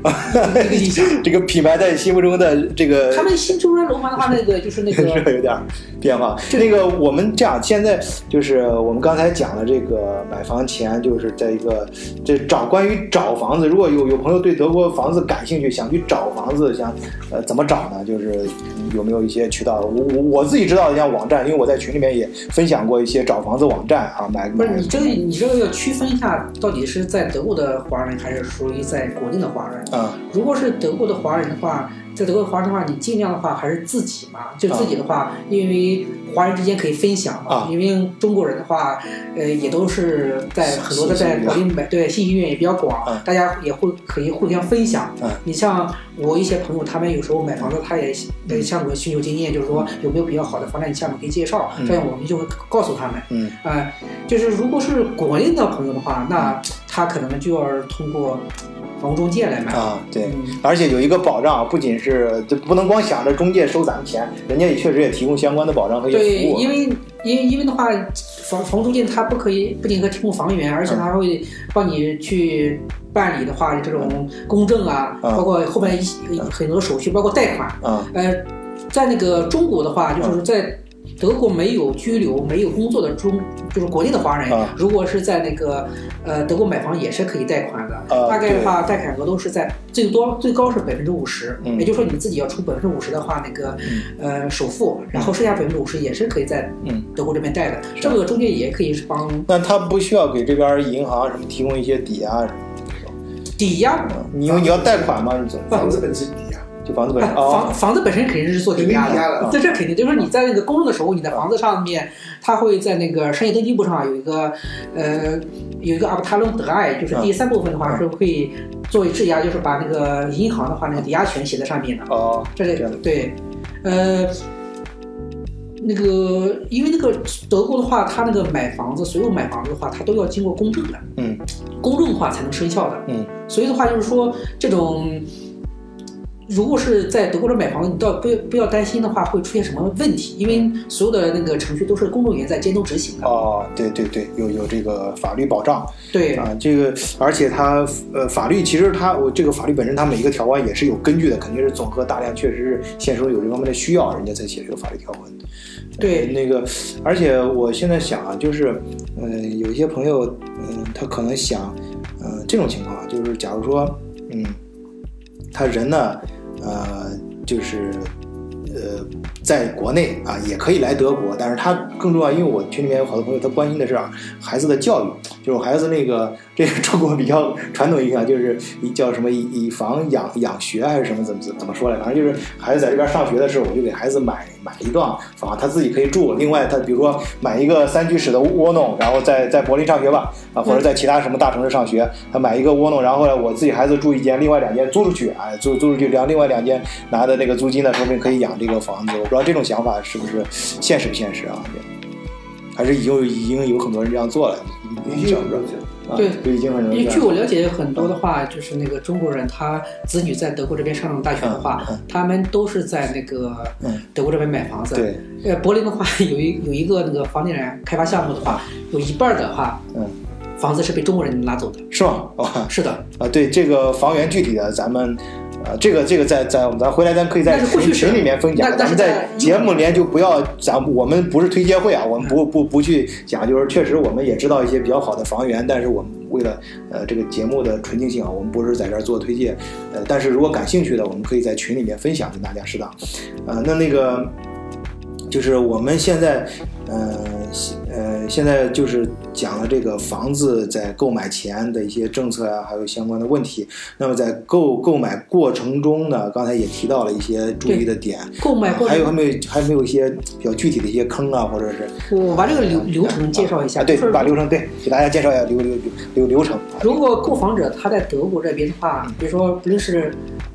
[SPEAKER 5] 一个印象。
[SPEAKER 1] 这个品牌在心目中的这个
[SPEAKER 5] 他们新中央楼盘的话，那个就是那
[SPEAKER 1] 呃 是吧
[SPEAKER 5] 个
[SPEAKER 1] 有点变化。那个我们这样，现在就是我们刚才讲的这个买房前，就是在一个这找关于找房子，如果有有朋友对德国房子感兴趣，想去找房子，想呃怎么找呢？就是有没有一些渠道？我我我自己知道的像网站，因为我在群里面也分享过一些找房子网站啊，买
[SPEAKER 5] 不
[SPEAKER 1] 买
[SPEAKER 5] 是你这个你这个要区分一下，到底是在德国的华人还是属于在国内的华人？
[SPEAKER 1] 啊
[SPEAKER 5] 如果是德国的华人的话，在德国的华人的话，你尽量的话还是自己嘛，就自己的话，因为华人之间可以分享嘛。
[SPEAKER 1] 啊
[SPEAKER 5] 因为中国人的话，呃，也都是在很多的在
[SPEAKER 1] 信息
[SPEAKER 5] 国内买，对信息源也比较广，
[SPEAKER 1] 啊
[SPEAKER 5] 大家也会可以互相分享。
[SPEAKER 1] 啊
[SPEAKER 5] 你像我一些朋友，他们有时候买房子，他也呃向我寻求经验，就是说有没有比较好的房产项目可以介绍，
[SPEAKER 1] 嗯
[SPEAKER 5] 这样我们就会告诉他们。
[SPEAKER 1] 嗯
[SPEAKER 5] 呃，就是如果是国内的朋友的话，那他可能就要通过房屋中介来买。
[SPEAKER 1] 啊对。
[SPEAKER 5] 嗯
[SPEAKER 1] 而且有一个保障，不仅是就不能光想着中介收咱们钱，人家也确实也提供相关的保障和一些
[SPEAKER 5] 对
[SPEAKER 1] 服务，。啊
[SPEAKER 5] 因为因为因为的话，房房中介他不可以不仅可以提供房源，
[SPEAKER 1] 嗯
[SPEAKER 5] 而且他还会帮你去办理的话，这种公证啊，
[SPEAKER 1] 嗯
[SPEAKER 5] 包括后面一些很多手续，包括贷款。
[SPEAKER 1] 啊嗯
[SPEAKER 5] 呃，在那个中国的话，就是在德国没有居留、没有工作的中，就是国内的华人，
[SPEAKER 1] 啊
[SPEAKER 5] 如果是在那个呃德国买房也是可以贷款的，
[SPEAKER 3] 呃
[SPEAKER 1] 啊
[SPEAKER 5] 大概的
[SPEAKER 1] 对
[SPEAKER 5] 话贷款额都是在最多最高是百分之五十，
[SPEAKER 1] 嗯
[SPEAKER 5] 也就是说你自己要出百分之五十的话，那个、
[SPEAKER 3] 嗯
[SPEAKER 5] 呃首付，然后剩下百分之五十也是可以在
[SPEAKER 1] 嗯
[SPEAKER 5] 德国这边贷的，这个中介也可以是帮
[SPEAKER 1] 那他不需要给这边银行什么提供一些抵押什么
[SPEAKER 5] 抵押。
[SPEAKER 1] 的，你因为你要贷款嘛，你怎么
[SPEAKER 3] 房子本身啊抵押，
[SPEAKER 1] 就房子本身
[SPEAKER 5] 哎房
[SPEAKER 1] 哦，
[SPEAKER 5] 房子本身肯定是做抵押
[SPEAKER 3] 肯定抵押了
[SPEAKER 5] 的，在这肯定就是你在那个公证的时候，你的房子上面，它会在那个商业登记簿上有一个，呃，有一个 a b t a l u n d r e i 就是第三部分的话
[SPEAKER 1] 嗯
[SPEAKER 5] 是会作为质押，就是把那个银行的话那个抵押权写在上面的，
[SPEAKER 1] 哦，
[SPEAKER 5] 这
[SPEAKER 1] 这
[SPEAKER 5] 类
[SPEAKER 1] 样
[SPEAKER 5] 的对，呃。那个，因为那个德国的话，它那个买房子，所有买房子的话，它都要经过公证的，
[SPEAKER 1] 嗯
[SPEAKER 5] 公证的话才能生效的。
[SPEAKER 1] 嗯，
[SPEAKER 5] 所以的话就是说，这种如果是在德国这买房，你倒不不要担心的话会出现什么问题，因为所有的那个程序都是公证员在监督执行的。
[SPEAKER 1] 哦，对对对，有有这个法律保障
[SPEAKER 5] 对
[SPEAKER 1] 啊，这个而且它呃法律其实它我这个法律本身它每一个条款也是有根据的，肯定是综合大量确实是现实中有这方面的需要，人家才写这个法律条文。
[SPEAKER 5] 对
[SPEAKER 1] 那个，而且我现在想啊，就是，嗯、有一些朋友，嗯、他可能想，嗯、这种情况啊就是，假如说，嗯，他人呢，呃，就是，呃，在国内啊，也可以来德国，但是他更重要，因为我群里面有好多朋友，他关心的是啊，孩子的教育，就是我孩子那个， 这个中国比较传统印象就是以叫什么以以防养养学还是什么怎么怎么说来，反正就是孩子在这边上学的时候，我就给孩子买买一幢房，他自己可以住，另外他比如说买一个三居室的窝弄，然后在在柏林上学吧，啊，或者在其他什么大城市上学，他买一个窝弄，然后呢我自己孩子住一间，另外两间租出去，哎，租租出去，然后另外两间拿的那个租金呢，说不定可以养这个房子，我不知道这种想法是不是现实不现实啊？还是已经已经有很多人这样做了，
[SPEAKER 3] 已经有了。
[SPEAKER 1] 啊
[SPEAKER 5] 对
[SPEAKER 1] 就已经很容
[SPEAKER 5] 因
[SPEAKER 1] 易
[SPEAKER 5] 为
[SPEAKER 1] 了。
[SPEAKER 5] 据我了解，很多的话就是那个中国人，他子女在德国这边上大学的话，他们都是在那个
[SPEAKER 1] 嗯
[SPEAKER 5] 德国这边买房子。
[SPEAKER 1] 对，
[SPEAKER 5] 呃，柏林的话 有一有一个那个房地产开发项目的话，有一半儿的话，
[SPEAKER 1] 嗯，
[SPEAKER 5] 房子是被中国人拿走的。
[SPEAKER 1] 是吗？ 哦
[SPEAKER 5] 是的，
[SPEAKER 1] 啊，对这个房源具体的，咱们呃，这个这个在在我们咱回来咱可以在
[SPEAKER 5] 但是过
[SPEAKER 1] 群
[SPEAKER 5] 去是
[SPEAKER 1] 群里面分享
[SPEAKER 5] 那，
[SPEAKER 1] 咱
[SPEAKER 5] 但
[SPEAKER 1] 们
[SPEAKER 5] 是
[SPEAKER 1] 在
[SPEAKER 5] 在
[SPEAKER 1] 节目里面就不要咱我们不是推介会啊，我们不不不去讲，就是确实我们也知道一些比较好的房源，但是我们为了呃这个节目的纯净性啊，我们不是在这儿做推介，呃，但是如果感兴趣的，我们可以在群里面分享给大家，适当，呃，那那个。就是我们现在，呃，现呃，现在就是讲了这个房子在购买前的一些政策啊，还有相关的问题。那么在购购买过程中呢，刚才也提到了一些注意的点，啊
[SPEAKER 5] 购买过
[SPEAKER 1] 还有还没有还没有一些比较具体的一些坑啊，或者是
[SPEAKER 5] 我把这个流流程介绍一下，
[SPEAKER 1] 啊，对
[SPEAKER 5] 就是，
[SPEAKER 1] 把流程对给大家介绍一下流流流流流程。啊
[SPEAKER 5] 如果购房者他在德国这边的话，
[SPEAKER 1] 嗯
[SPEAKER 5] 比如说不论是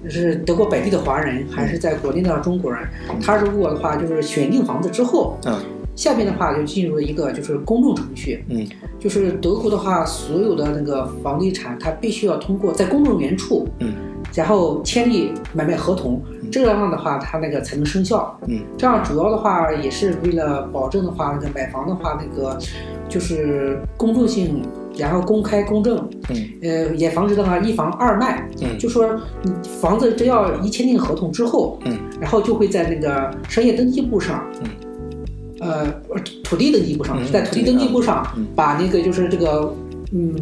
[SPEAKER 5] 是德国本地的华人，还
[SPEAKER 1] 嗯
[SPEAKER 5] 是在国内的中国人，他如果的话就是选定房子之后，
[SPEAKER 1] 嗯
[SPEAKER 5] 下面的话就进入一个就是公证程序，
[SPEAKER 1] 嗯
[SPEAKER 5] 就是德国的话，所有的那个房地产它必须要通过在公证员处，
[SPEAKER 1] 嗯，
[SPEAKER 5] 然后签订买卖合同，这样的话它那个才能生效。
[SPEAKER 1] 嗯
[SPEAKER 5] 这样主要的话也是为了保证的话，那个买房的话，那个就是公众性，然后公开公正，
[SPEAKER 1] 嗯
[SPEAKER 5] 呃，也防止的话一房二卖，
[SPEAKER 1] 嗯
[SPEAKER 5] 就说你房子只要一签订合同之后，
[SPEAKER 1] 嗯，
[SPEAKER 5] 然后就会在那个商业登记簿上，
[SPEAKER 1] 嗯。
[SPEAKER 5] 呃，土地登记簿上
[SPEAKER 1] 嗯
[SPEAKER 5] 是在土地登记簿上
[SPEAKER 1] 嗯
[SPEAKER 5] 把那个就是这个，嗯，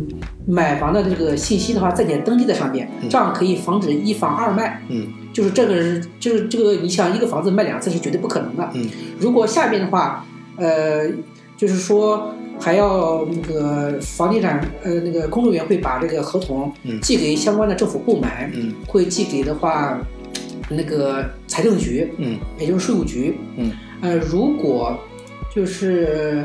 [SPEAKER 5] 买房的这个信息的话，在你的登记在上面，
[SPEAKER 1] 嗯
[SPEAKER 5] 这样可以防止一房二卖。
[SPEAKER 1] 嗯
[SPEAKER 5] 就是这个是，就是这个，你想一个房子卖两次是绝对不可能的。
[SPEAKER 1] 嗯，
[SPEAKER 5] 如果下面的话，呃，就是说还要那个房地产呃那个公证员会把这个合同
[SPEAKER 1] 嗯
[SPEAKER 5] 寄给相关的政府部门，
[SPEAKER 1] 嗯
[SPEAKER 5] 会寄给的话，那个财政局，
[SPEAKER 1] 嗯
[SPEAKER 5] 也就是税务局。
[SPEAKER 1] 嗯，
[SPEAKER 5] 呃，如果就是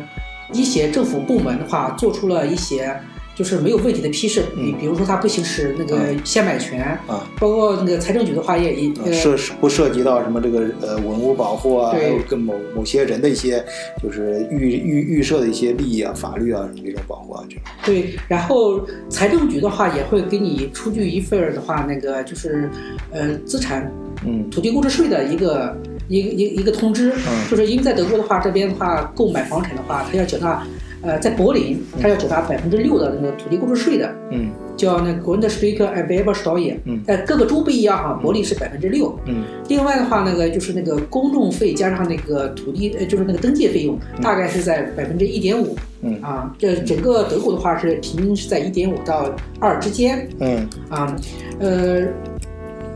[SPEAKER 5] 一些政府部门的话，做出了一些就是没有问题的批示，
[SPEAKER 1] 嗯
[SPEAKER 5] 比、比如说他不行使那个限买权，
[SPEAKER 1] 啊，
[SPEAKER 5] 包括那个财政局的话也也
[SPEAKER 1] 啊
[SPEAKER 5] 呃
[SPEAKER 1] 涉不涉及到什么这个呃文物保护啊，还
[SPEAKER 5] 对
[SPEAKER 1] 有跟某某些人的一些就是预预预设的一些利益啊、法律啊什么这种保护啊，这种
[SPEAKER 5] 对，然后财政局的话也会给你出具一份儿的话，那个就是呃资产
[SPEAKER 1] 嗯
[SPEAKER 5] 土地购置税的一个一个一个一个通知
[SPEAKER 1] 嗯，
[SPEAKER 5] 就是因为在德国的话，这边的话购买房产的话，它要缴纳，呃，在柏林，它要缴纳百分之六的那个土地购置税的，
[SPEAKER 1] 嗯
[SPEAKER 5] 叫那个 Grundstücke e r w e r b s t e u e
[SPEAKER 1] 嗯
[SPEAKER 5] 在各个州不一样哈，柏林是百分之六。
[SPEAKER 1] 嗯
[SPEAKER 5] 另外的话，那个就是那个公众费加上那个土地，呃，就是那个登记费用，大概是在百分之一点五。
[SPEAKER 1] 嗯
[SPEAKER 5] 啊，这整个德国的话是平均是在一点五到二之间
[SPEAKER 1] 嗯
[SPEAKER 5] 啊，呃，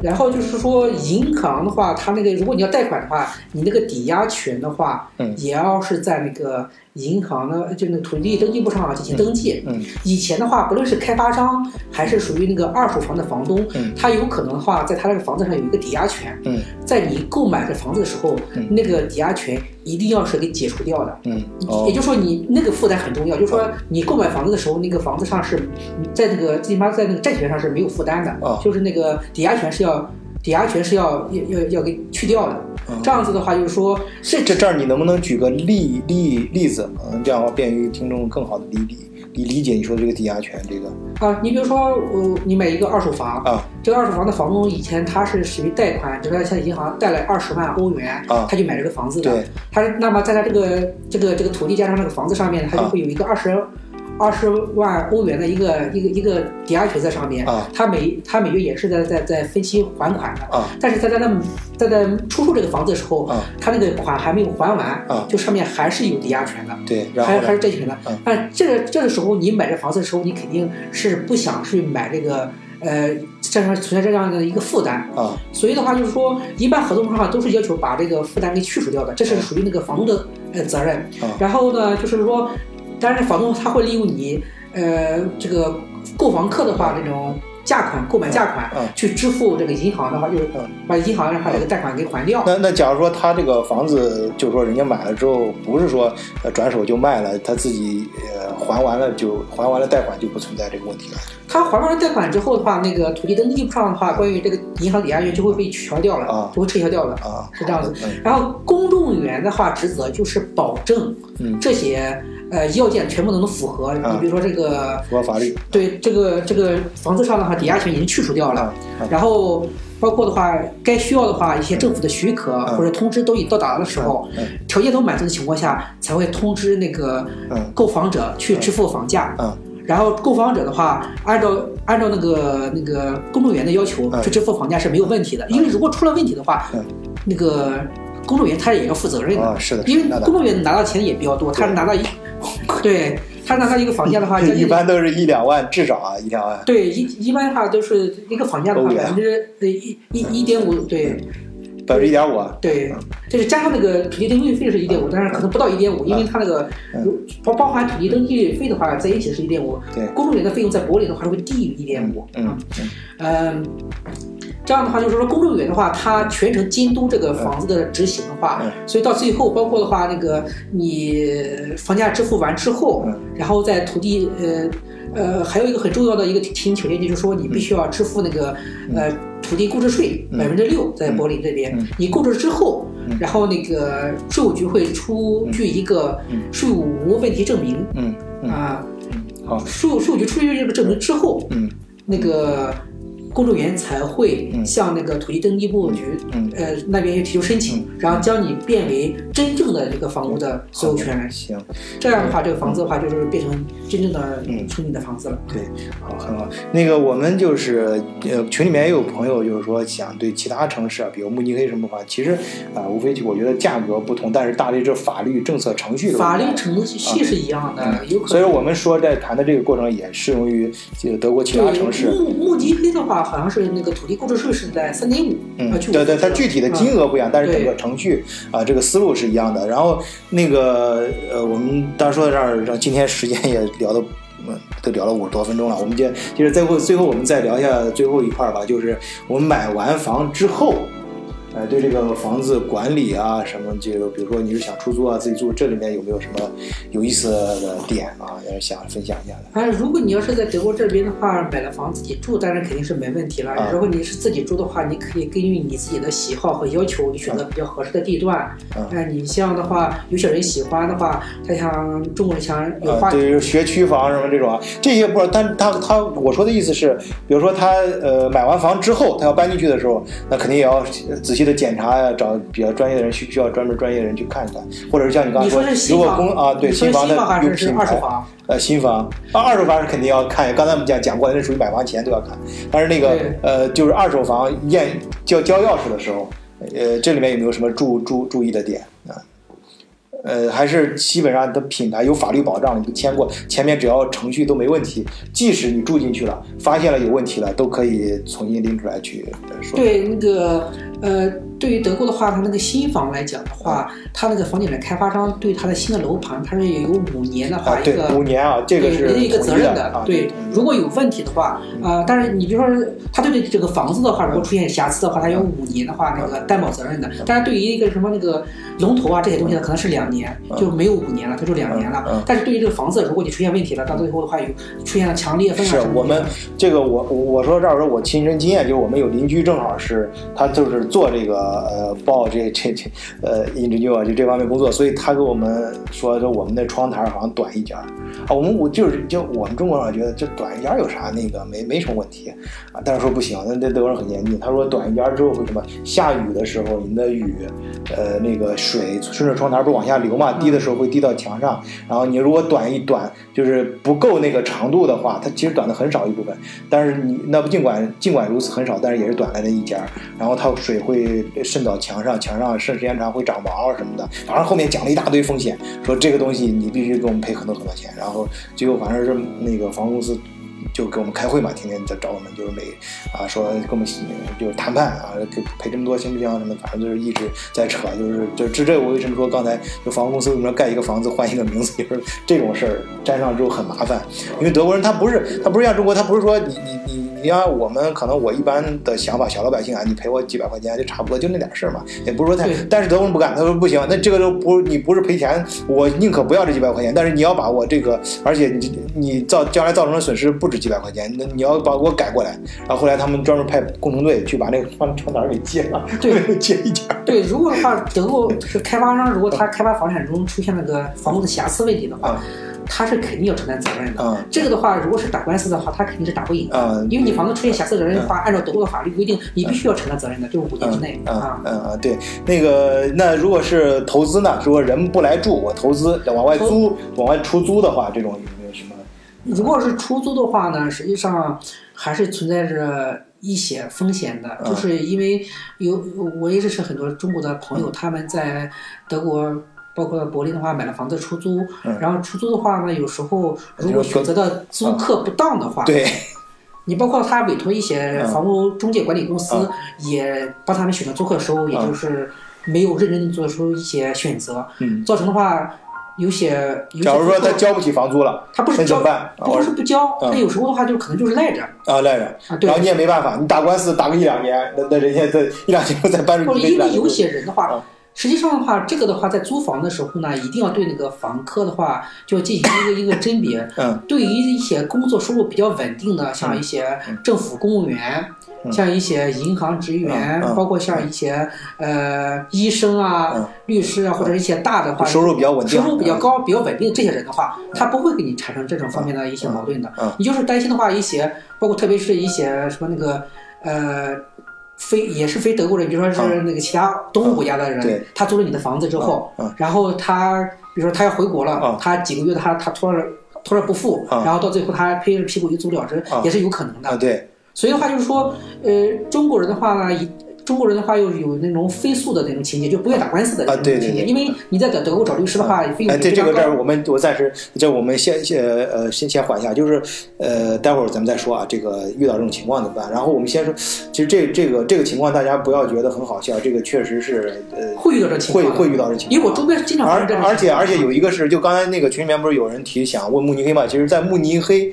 [SPEAKER 5] 然后就是说银行的话，它那个如果你要贷款的话，你那个抵押权的话，
[SPEAKER 1] 嗯
[SPEAKER 5] 也要是在那个银行的呃就那个土地登记簿上啊进行登记。
[SPEAKER 1] 嗯
[SPEAKER 5] 以前的话，不论是开发商还是属于那个二手房的房东，
[SPEAKER 1] 嗯
[SPEAKER 5] 他有可能的话，在他那个房子上有一个抵押权，
[SPEAKER 1] 嗯
[SPEAKER 5] 在你购买这房子的时候，
[SPEAKER 1] 嗯
[SPEAKER 5] 那个抵押权一定要是给解除掉的。
[SPEAKER 1] 嗯，
[SPEAKER 5] 也
[SPEAKER 1] 哦，
[SPEAKER 5] 就是说，你那个负担很重要。就是说，你购买房子的时候，那个房子上是在那个最起码在那个债权上是没有负担的，
[SPEAKER 1] 哦
[SPEAKER 5] 就是那个抵押权是要抵押权是要要要要给去掉的。
[SPEAKER 1] 哦
[SPEAKER 5] 这样子的话，就是说，甚
[SPEAKER 1] 这
[SPEAKER 5] 至
[SPEAKER 1] 这儿你能不能举个例例例子？嗯，这样的话便于听众更好的理理理理解你说的这个抵押权这个
[SPEAKER 5] 啊，你比如说，呃，你买一个二手房，
[SPEAKER 1] 啊
[SPEAKER 5] 这个二手房的房东以前他是属于贷款，比如说向银行贷了二十万欧元，
[SPEAKER 1] 啊
[SPEAKER 5] 他就买这个房子的
[SPEAKER 1] 对。
[SPEAKER 5] 他那么在他这个这个这个土地加上那个房子上面呢，他就
[SPEAKER 1] 啊
[SPEAKER 5] 会有一个二十二十万欧元的一个一个一个抵押权在上面。
[SPEAKER 1] 啊
[SPEAKER 5] 他每他每月也是在在在分期还款的。
[SPEAKER 1] 啊
[SPEAKER 5] 但是他在那在在出售这个房子的时候，
[SPEAKER 1] 啊
[SPEAKER 5] 他那个款还没有还完，
[SPEAKER 1] 啊
[SPEAKER 5] 就上面还是有抵押权的。
[SPEAKER 1] 对，然
[SPEAKER 5] 还
[SPEAKER 1] 后
[SPEAKER 5] 还是
[SPEAKER 1] 呢？
[SPEAKER 5] 债权的
[SPEAKER 1] 嗯。
[SPEAKER 5] 但这个这个时候，你买这房子的时候，你肯定是不想去买这个呃，这样存在这样的一个负担。
[SPEAKER 1] 啊
[SPEAKER 5] 所以的话，就是说，一般合同书上都是要求把这个负担给去除掉的，这是属于那个房东的呃责任
[SPEAKER 1] 嗯。
[SPEAKER 5] 然后呢，就是说，当然房东他会利用你呃这个购房客的话那种。价款购买价款、
[SPEAKER 1] 嗯嗯
[SPEAKER 5] 去支付这个银行的话，就是
[SPEAKER 1] 嗯
[SPEAKER 5] 把银行让他这个贷款给还掉。
[SPEAKER 1] 那那假如说他这个房子，就是说人家买了之后，不是说呃转手就卖了，他自己呃还完了就还完了贷款就不存在这个问题了。
[SPEAKER 5] 他还完了贷款之后的话，那个土地登记簿上的话，关于这个银行抵押权就会被取消掉了，
[SPEAKER 1] 啊
[SPEAKER 5] 就会撤销掉了，
[SPEAKER 1] 啊，
[SPEAKER 5] 是这样子。
[SPEAKER 1] 嗯
[SPEAKER 5] 然后公众员的话，职责就是保证
[SPEAKER 1] 嗯，
[SPEAKER 5] 这些呃要件全部都能符合。
[SPEAKER 1] 啊
[SPEAKER 5] 你比如说这个，
[SPEAKER 1] 符合法律。
[SPEAKER 5] 对这个这个房子上的话，抵押权已经去除掉了
[SPEAKER 1] 啊，啊
[SPEAKER 5] 然后包括的话，该需要的话，一些政府的许可
[SPEAKER 1] 嗯
[SPEAKER 5] 或者通知都已到达的时候
[SPEAKER 1] 嗯，
[SPEAKER 5] 条件都满足的情况下，才会通知那个
[SPEAKER 1] 嗯
[SPEAKER 5] 购房者去支付房价。
[SPEAKER 1] 嗯
[SPEAKER 5] 然后购房者的话，按照按照那个那个公证员的要求
[SPEAKER 1] 嗯
[SPEAKER 5] 去支付房价是没有问题的，因为如果出了问题的话
[SPEAKER 1] 嗯，
[SPEAKER 5] 那个公证员他也要负责任的
[SPEAKER 1] 啊，，是的，
[SPEAKER 5] 因
[SPEAKER 1] 是
[SPEAKER 5] 为
[SPEAKER 1] 的
[SPEAKER 5] 公证员拿到钱也比较多，他拿到一，对他拿到一个房价的话，将
[SPEAKER 1] 一
[SPEAKER 5] 近
[SPEAKER 1] 般都是一两万，至少啊一两万。
[SPEAKER 5] 对一一般的话都是一个房价的话
[SPEAKER 1] 欧元
[SPEAKER 5] 百分之呃一一一点五对
[SPEAKER 1] 百分之一点五，啊
[SPEAKER 5] 对，就是加上那个土地登记费是一点五，但是可能不到一点五，因为它那个
[SPEAKER 1] 嗯
[SPEAKER 5] 如包包含土地登记费的话在一起是一点五
[SPEAKER 1] 对，
[SPEAKER 5] 公证员的费用在柏林的话是会低于一点五
[SPEAKER 1] 嗯，嗯
[SPEAKER 5] 嗯，这样的话就是说，公证员的话，他全程监督这个房子的执行的话，
[SPEAKER 1] 嗯
[SPEAKER 5] 所以到最后，包括的话，那个你房价支付完之后，
[SPEAKER 1] 嗯
[SPEAKER 5] 然后在土地呃呃，还有一个很重要的一个提醒条件，就是说你必须要支付那个、呃土地购置税
[SPEAKER 1] 嗯
[SPEAKER 5] 百分之六，在柏林这边，
[SPEAKER 1] 嗯
[SPEAKER 5] 你购置之后。
[SPEAKER 1] 嗯
[SPEAKER 5] 然后那个税务局会出具一个
[SPEAKER 1] 嗯
[SPEAKER 5] 税务无问题证明
[SPEAKER 1] 嗯嗯
[SPEAKER 5] 啊，
[SPEAKER 1] 嗯，好，
[SPEAKER 5] 税务税务局出具这个证明之后，
[SPEAKER 1] 嗯
[SPEAKER 5] 那个公证员才会
[SPEAKER 1] 嗯
[SPEAKER 5] 向那个土地登记簿局、
[SPEAKER 1] 嗯，
[SPEAKER 5] 呃那边提出申请，然后将你变为真正的这个房屋的所有权人。
[SPEAKER 1] 行，
[SPEAKER 5] 这样的话，这个房子的话就是变成真正的
[SPEAKER 1] 嗯
[SPEAKER 5] 属于你的房子了。
[SPEAKER 1] 好，很好。那个我们就是呃，群里面也有朋友就是说想对其他城市啊，比如慕尼黑什么的话，其实啊、无非就我觉得价格不同，但是大致这法律政策程序的问题啊
[SPEAKER 5] 法律程序是一样的，
[SPEAKER 1] 嗯
[SPEAKER 5] 有可能。
[SPEAKER 1] 所以说我们说在谈的这个过程也适用于这个德国其他城市
[SPEAKER 5] 对。慕慕尼黑的话，好像是那个土地购置税是在三点五，
[SPEAKER 1] 嗯
[SPEAKER 5] 啊，去
[SPEAKER 1] 对对，它具体的金额不一样，但是整
[SPEAKER 5] 嗯对
[SPEAKER 1] 个程序啊、这个思路是一样的。然后那个呃，我们当然说到这儿，然后今天时间也聊的。嗯，都聊了五十多分钟了，我们接接着最后最后我们再聊一下最后一块儿吧，就是我们买完房之后，呃，对这个房子管理啊什么，这个比如说你是想出租啊自己住，这里面有没有什么有意思的点啊？要是想分享一下的，
[SPEAKER 5] 反哎正如果你要是在德国这边的话，买了房自己住，当然肯定是没问题了。
[SPEAKER 1] 啊
[SPEAKER 5] 如果你是自己住的话，你可以根据你自己的喜好和要求，你选择比较合适的地段。
[SPEAKER 1] 啊
[SPEAKER 5] 哎，你像的话，有些人喜欢的话，他想中国人想有
[SPEAKER 1] 啊
[SPEAKER 5] 花，
[SPEAKER 1] 对，就是学区房什么这种啊，这些不是，但他他我说的意思是，比如说他呃买完房之后，他要搬进去的时候，那肯定也要呃仔细的检查呀、找比较专业的人，需不需要专门专业的人去看一看？或者是像你刚才
[SPEAKER 5] 你说是新
[SPEAKER 1] 如果
[SPEAKER 5] 房
[SPEAKER 1] 公啊，对
[SPEAKER 5] 你说
[SPEAKER 1] 新
[SPEAKER 5] 是
[SPEAKER 1] 房的
[SPEAKER 5] 新房还
[SPEAKER 1] 有
[SPEAKER 5] 是是
[SPEAKER 1] 品
[SPEAKER 5] 二手
[SPEAKER 1] 牌，
[SPEAKER 5] 房？
[SPEAKER 1] 呃，新房啊，二手房是肯定要看。刚才我们讲讲过，那属于买房前都要看。但是那个
[SPEAKER 5] 对
[SPEAKER 1] 呃，就是二手房验交交钥匙的时候，呃，这里面有没有什么注注注意的点啊？呃，还是基本上的品牌有法律保障，你签过，前面只要程序都没问题，即使你住进去了，发现了有问题了，都可以重新拎出来去呃说。
[SPEAKER 5] 对那个呃，对于德国的话，它那个新房来讲的话，
[SPEAKER 1] 啊
[SPEAKER 5] 它那个房地产开发商对它的新的楼盘，它是有五年的
[SPEAKER 1] 啊
[SPEAKER 5] 话，一
[SPEAKER 1] 对
[SPEAKER 5] 个、，
[SPEAKER 1] 五年啊，这个
[SPEAKER 5] 对
[SPEAKER 1] 是
[SPEAKER 5] 人家一个
[SPEAKER 1] 统一
[SPEAKER 5] 责任
[SPEAKER 1] 的啊，嗯
[SPEAKER 5] 对，如果有问题的话，啊，但是你比如说他对这个房子的话，如果出现瑕疵的话，他有
[SPEAKER 1] 嗯
[SPEAKER 5] 五年的话那个担保责任的。但是对于一个什么那个龙头啊这些东西呢，可能是两年，就没有五年了，它就两年
[SPEAKER 1] 嗯嗯嗯
[SPEAKER 5] 了。但是对于这个房子，如果你出现问题了，到最后的话有出现了强裂缝啊
[SPEAKER 1] 是
[SPEAKER 5] 什么的，
[SPEAKER 1] 我们这个我我我说这儿说我亲身经验，就是我们有邻居正好是他就是做这个呃报这这这呃 engineer 就这方面工作，所以他给我们说说我们的窗台好像短一截儿啊，我们我就是就我们中国人觉得这短一截儿有啥那个没没什么问题啊，但是说不行，那那德国人很严谨，他说短一截儿之后会什么？下雨的时候你的雨呃那个水顺着窗台不是往下流嘛，
[SPEAKER 5] 嗯
[SPEAKER 1] 滴的时候会滴到墙上，然后你如果短一短就是不够那个长度的话，它其实短的很少一部分，但是你那不尽管尽管如此很少，但是也是短了那一截儿，然后它水会渗到墙上，墙上渗时间长会长毛什么的，反正后面讲了一大堆风险，说这个东西你必须给我们赔很多很多钱，然后最后反正是那个房屋公司。就给我们开会嘛，天天在找我们，就是每啊说跟我们就是谈判啊，给赔这么多行不行啊？什么，反正就是一直在扯，就是就这这我为什么说刚才就房公司为什么要盖一个房子换一个名字，就是这种事儿沾上之后很麻烦，因为德国人他不是他不是像中国，他不是说你你你你要我们可能我一般的想法，小老百姓啊，你赔我几百块钱就差不多，就那点事儿嘛，也不是说太
[SPEAKER 5] 对，
[SPEAKER 1] 但是德国人不干，他说不行，那这个都不你不是赔钱，我宁可不要这几百块钱，但是你要把我这个，而且你你造将来造成的损失不止几百块钱，那你要把我改过来，然后后来他们专门派工程队去把那个窗窗台给揭了，
[SPEAKER 5] 对
[SPEAKER 1] 揭一截儿，
[SPEAKER 5] 对，如果的话，德国这个开发商如果他开发房产中出现那个房屋的瑕疵问题的话
[SPEAKER 1] 啊，
[SPEAKER 5] 他是肯定要承担责任的。
[SPEAKER 1] 啊
[SPEAKER 5] 这个的话，如果是打官司的话，他肯定是打不赢的，
[SPEAKER 1] 啊，嗯
[SPEAKER 5] 因为你房子出现瑕疵责任的话，按照德国的法律规定，你必须要承担责任的，就是五年之内
[SPEAKER 1] 嗯
[SPEAKER 5] 啊。
[SPEAKER 1] 嗯嗯，对，那个那如果是投资呢？如果人不来住，我投资往外租、往外出租的话，这种有没有什么？
[SPEAKER 5] 如果是出租的话呢，实际上还是存在着一些风险的，
[SPEAKER 1] 嗯
[SPEAKER 5] 就是因为有我也认识很多中国的朋友，他们在德国。包括柏林的话，买了房子出租，
[SPEAKER 1] 嗯
[SPEAKER 5] 然后出租的话呢，有时候如果选择的
[SPEAKER 1] 啊
[SPEAKER 5] 租客不当的话，
[SPEAKER 1] 对，
[SPEAKER 5] 啊你包括他委托一些
[SPEAKER 1] 嗯
[SPEAKER 5] 房屋中介管理公司
[SPEAKER 1] 嗯，
[SPEAKER 5] 也帮他们选择租客的时候，也
[SPEAKER 1] 嗯
[SPEAKER 5] 就是没有认真地做出一些选择，
[SPEAKER 1] 嗯，
[SPEAKER 5] 造成的话，有些有些
[SPEAKER 1] 假如说
[SPEAKER 5] 租客
[SPEAKER 1] 他交不起房租了，
[SPEAKER 5] 他不
[SPEAKER 1] 那
[SPEAKER 5] 是
[SPEAKER 1] 怎
[SPEAKER 5] 交
[SPEAKER 1] 么，办？
[SPEAKER 5] 他不
[SPEAKER 1] 啊
[SPEAKER 5] 是不交，
[SPEAKER 1] 嗯
[SPEAKER 5] 他有时候的话就可能就是赖着
[SPEAKER 1] 啊，赖着，
[SPEAKER 5] 啊，对
[SPEAKER 1] 然，后你也没办法，你打官司打个一两年，那那人家再一两年后再搬出
[SPEAKER 5] 或者
[SPEAKER 1] 去，
[SPEAKER 5] 哦因为有
[SPEAKER 1] 险
[SPEAKER 5] 些人的
[SPEAKER 1] 嗯
[SPEAKER 5] 话。实际上的话，这个的话，在租房的时候呢，一定要对那个房客的话，就要进行一个一个甄别。
[SPEAKER 1] 嗯，
[SPEAKER 5] 对于一些工作收入比较稳定的，像一些政府公务员，
[SPEAKER 1] 嗯
[SPEAKER 5] 像一些银行职员，
[SPEAKER 1] 嗯嗯
[SPEAKER 5] 包括像一些呃医生啊、
[SPEAKER 1] 嗯
[SPEAKER 5] 律师啊，或者一些大的话，
[SPEAKER 1] 收入比较稳定，嗯
[SPEAKER 5] 收入比较高、比较稳定这些人的话，他不会给你产生这种方面的一些矛盾的。
[SPEAKER 1] 嗯嗯
[SPEAKER 5] 你就是担心的话，一些包括特别是一些什么那个呃。非也是非德国人，比如说是那个其他东欧国家的人，
[SPEAKER 1] 嗯对
[SPEAKER 5] 他租了你的房子之后，
[SPEAKER 1] 嗯嗯
[SPEAKER 5] 然后他比如说他要回国了，
[SPEAKER 1] 嗯
[SPEAKER 5] 他几个月他他拖着拖着不付，
[SPEAKER 1] 嗯
[SPEAKER 5] 然后到最后他拍着屁股一走了之，
[SPEAKER 1] 嗯
[SPEAKER 5] 也是有可能的。
[SPEAKER 1] 啊，对，
[SPEAKER 5] 所以的话就是说，呃，中国人的话呢，一中国人的话又有那种飞速的那种情节，就不愿打官司的那
[SPEAKER 1] 啊
[SPEAKER 5] 种
[SPEAKER 1] 对对
[SPEAKER 5] 情节，
[SPEAKER 1] 对
[SPEAKER 5] 因为你在德德国找律师的话，费用
[SPEAKER 1] 哎，
[SPEAKER 5] 也
[SPEAKER 1] 对
[SPEAKER 5] 非
[SPEAKER 1] 这
[SPEAKER 5] 常
[SPEAKER 1] 个这
[SPEAKER 5] 高。
[SPEAKER 1] 儿我们我暂时这我们先先呃呃先先缓一下，就是呃待会儿咱们再说啊，这个遇到这种情况怎么办？然后我们先说，其实这这个这个情况大家不要觉得很好笑，这个确实是呃
[SPEAKER 5] 会遇到这情
[SPEAKER 1] 会
[SPEAKER 5] 况的，
[SPEAKER 1] 会遇到这情况，
[SPEAKER 5] 因为我周边经常发
[SPEAKER 1] 而
[SPEAKER 5] 生这种
[SPEAKER 1] 而且
[SPEAKER 5] 情况啊
[SPEAKER 1] 而且有一个是，就刚才那个群里面不是有人提想问慕尼黑嘛？其实，在慕尼黑，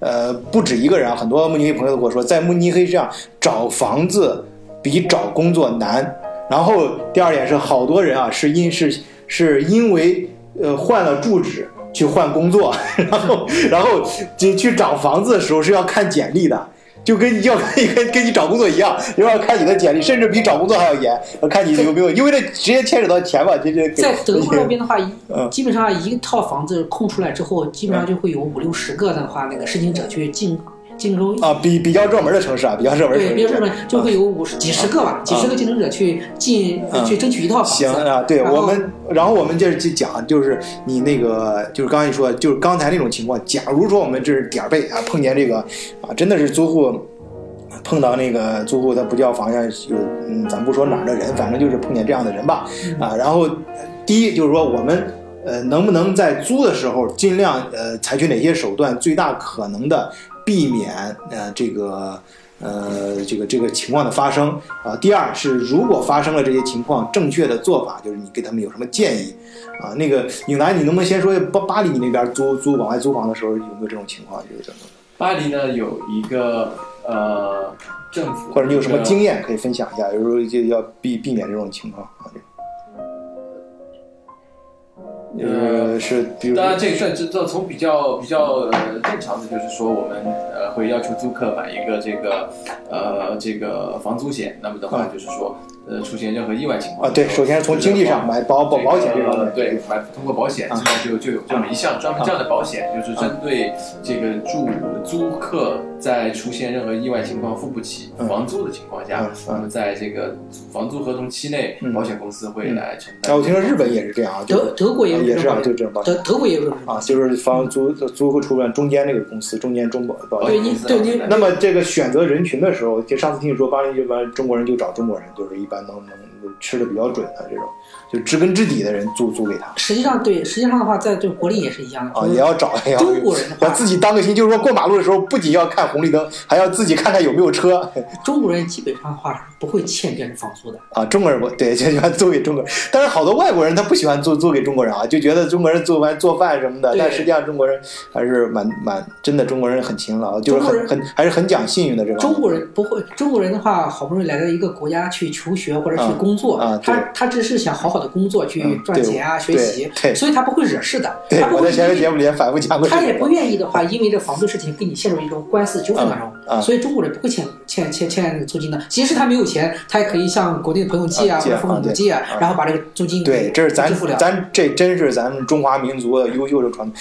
[SPEAKER 1] 呃，不止一个人啊，很多慕尼黑朋友都跟我说，在慕尼黑这样找房子比找工作难。然后第二点是，好多人啊是因是是因为呃换了住址去换工作， 然后然后就去找房子的时候是要看简历的。就跟你要跟跟跟你找工作一样，又要看你的简历，甚至比找工作还要严，要看你有没有，因为这直接牵扯到钱嘛，这这给
[SPEAKER 5] 在德国那边的话，一
[SPEAKER 1] 嗯
[SPEAKER 5] 基本上一套房子空出来之后，基本上就会有五六十个的话，那个申请者去进竞争
[SPEAKER 1] 啊，比比较热门的城市啊，比较热门的城
[SPEAKER 5] 对，
[SPEAKER 1] 市。
[SPEAKER 5] 比如说呢，就会有五十几十个吧，几十个竞争者去进、
[SPEAKER 1] 嗯
[SPEAKER 5] 去争取一套房子。
[SPEAKER 1] 啊行啊，对
[SPEAKER 5] 然后
[SPEAKER 1] 我们，然后我们接着去讲，就是你那个，就是刚才你说，就是刚才那种情况，假如说我们这是点儿背啊，碰见这个啊，真的是租户碰到那个租户他不交房呀，有嗯，咱不说哪儿的人，反正就是碰见这样的人吧
[SPEAKER 5] 嗯
[SPEAKER 1] 啊，然后第一就是说我们。呃，能不能在租的时候尽量呃采取哪些手段，最大可能的避免呃这个呃这个这个情况的发生啊、第二是如果发生了这些情况，正确的做法就是你给他们有什么建议啊、那个影南，你能不能先说巴巴黎你那边租租往外租房的时候有没有这种情况，就是怎么
[SPEAKER 4] 巴黎呢有一个呃政府，
[SPEAKER 1] 或者你有什么
[SPEAKER 4] 这个
[SPEAKER 1] 经验可以分享一下？有时候就要避避免这种情况啊。这呃，是比如
[SPEAKER 4] 当然，这个算这这从比较比较呃正常的，就是说我们呃会要求租客买一个这个呃这个房租险。那么的话
[SPEAKER 1] 嗯
[SPEAKER 4] 就是说，呃出现任何意外情况
[SPEAKER 1] 啊，对，首先是从经济上买保保保险这方
[SPEAKER 4] 个
[SPEAKER 1] 面，
[SPEAKER 4] 对，买通过保险
[SPEAKER 1] 啊
[SPEAKER 4] 现在就就有这么一项专门这样的保险，
[SPEAKER 1] 嗯
[SPEAKER 4] 就是针对这个住呃租客在出现任何意外情况付不起
[SPEAKER 1] 嗯
[SPEAKER 4] 房租的情况
[SPEAKER 1] 嗯
[SPEAKER 4] 下
[SPEAKER 1] 嗯，
[SPEAKER 4] 那么在这个房租合同期内
[SPEAKER 1] 嗯，
[SPEAKER 4] 保险公司会来承
[SPEAKER 1] 啊，
[SPEAKER 4] 担。
[SPEAKER 1] 我听说日本也是这样啊，就
[SPEAKER 5] 德
[SPEAKER 1] 是
[SPEAKER 5] 德国也有
[SPEAKER 1] 也是啊，
[SPEAKER 5] 这
[SPEAKER 1] 就
[SPEAKER 5] 种
[SPEAKER 1] 这种保
[SPEAKER 5] 保险，
[SPEAKER 1] 险
[SPEAKER 5] 德德国也有这种保
[SPEAKER 1] 啊，
[SPEAKER 5] 险。
[SPEAKER 1] 就是房租租和出让中间那个公司，中间中保保险。
[SPEAKER 4] 哦
[SPEAKER 5] 对你对你
[SPEAKER 1] 那么这个选择人群的时候，就上次听你说巴黎这边中国人就找中国人，就是一般能能吃的比较准的这种，就知根知底的人租租给他
[SPEAKER 5] 实际上对，实际上的话，在对国内也是一样的，
[SPEAKER 1] 啊，
[SPEAKER 5] 就是
[SPEAKER 1] 也要找也要
[SPEAKER 5] 中国人的
[SPEAKER 1] 要
[SPEAKER 5] 话，
[SPEAKER 1] 自己当个心，就是说过马路的时候不仅要看红绿灯，还要自己看看有没有车
[SPEAKER 5] 中国人基本上的话是不会欠别人房租的。
[SPEAKER 1] 啊。中国人不对，就喜欢租给中国人，但是好多外国人他不喜欢租租给中国人啊，就觉得中国人做完做饭什么的，
[SPEAKER 5] 对
[SPEAKER 1] 但实际上中国人还是蛮蛮真的中国人很勤劳，就是
[SPEAKER 5] 中国
[SPEAKER 1] 很
[SPEAKER 5] 人
[SPEAKER 1] 很还是很讲信用的这种。
[SPEAKER 5] 中国人不会，中国人的话，好不容易来到一个国家去求学或者去工作，
[SPEAKER 1] 啊啊对
[SPEAKER 5] 他他只是想好好的工作去
[SPEAKER 1] 嗯
[SPEAKER 5] 赚钱啊、
[SPEAKER 1] 对
[SPEAKER 5] 学习
[SPEAKER 1] 对对，
[SPEAKER 5] 所以他不会惹事的。
[SPEAKER 1] 对
[SPEAKER 5] 他不
[SPEAKER 1] 我
[SPEAKER 5] 会
[SPEAKER 1] 在前面
[SPEAKER 5] 因为
[SPEAKER 1] 节目里也反复讲过这
[SPEAKER 5] 他
[SPEAKER 1] 个，
[SPEAKER 5] 也不愿意的话，因为这房租事情跟你陷入一种官司纠纷当中，
[SPEAKER 1] 嗯嗯
[SPEAKER 5] 所以中国人不会欠欠欠欠租金的。即使他没有钱，他也可以向国内的朋友借
[SPEAKER 1] 啊
[SPEAKER 5] 啊，或者
[SPEAKER 1] 借
[SPEAKER 5] 父母
[SPEAKER 1] 啊
[SPEAKER 5] 借啊，
[SPEAKER 1] 对啊
[SPEAKER 5] 然后把这个租金
[SPEAKER 1] 对，这是咱
[SPEAKER 5] 支付了。
[SPEAKER 1] 咱这真是咱们中华民族的优秀的传统，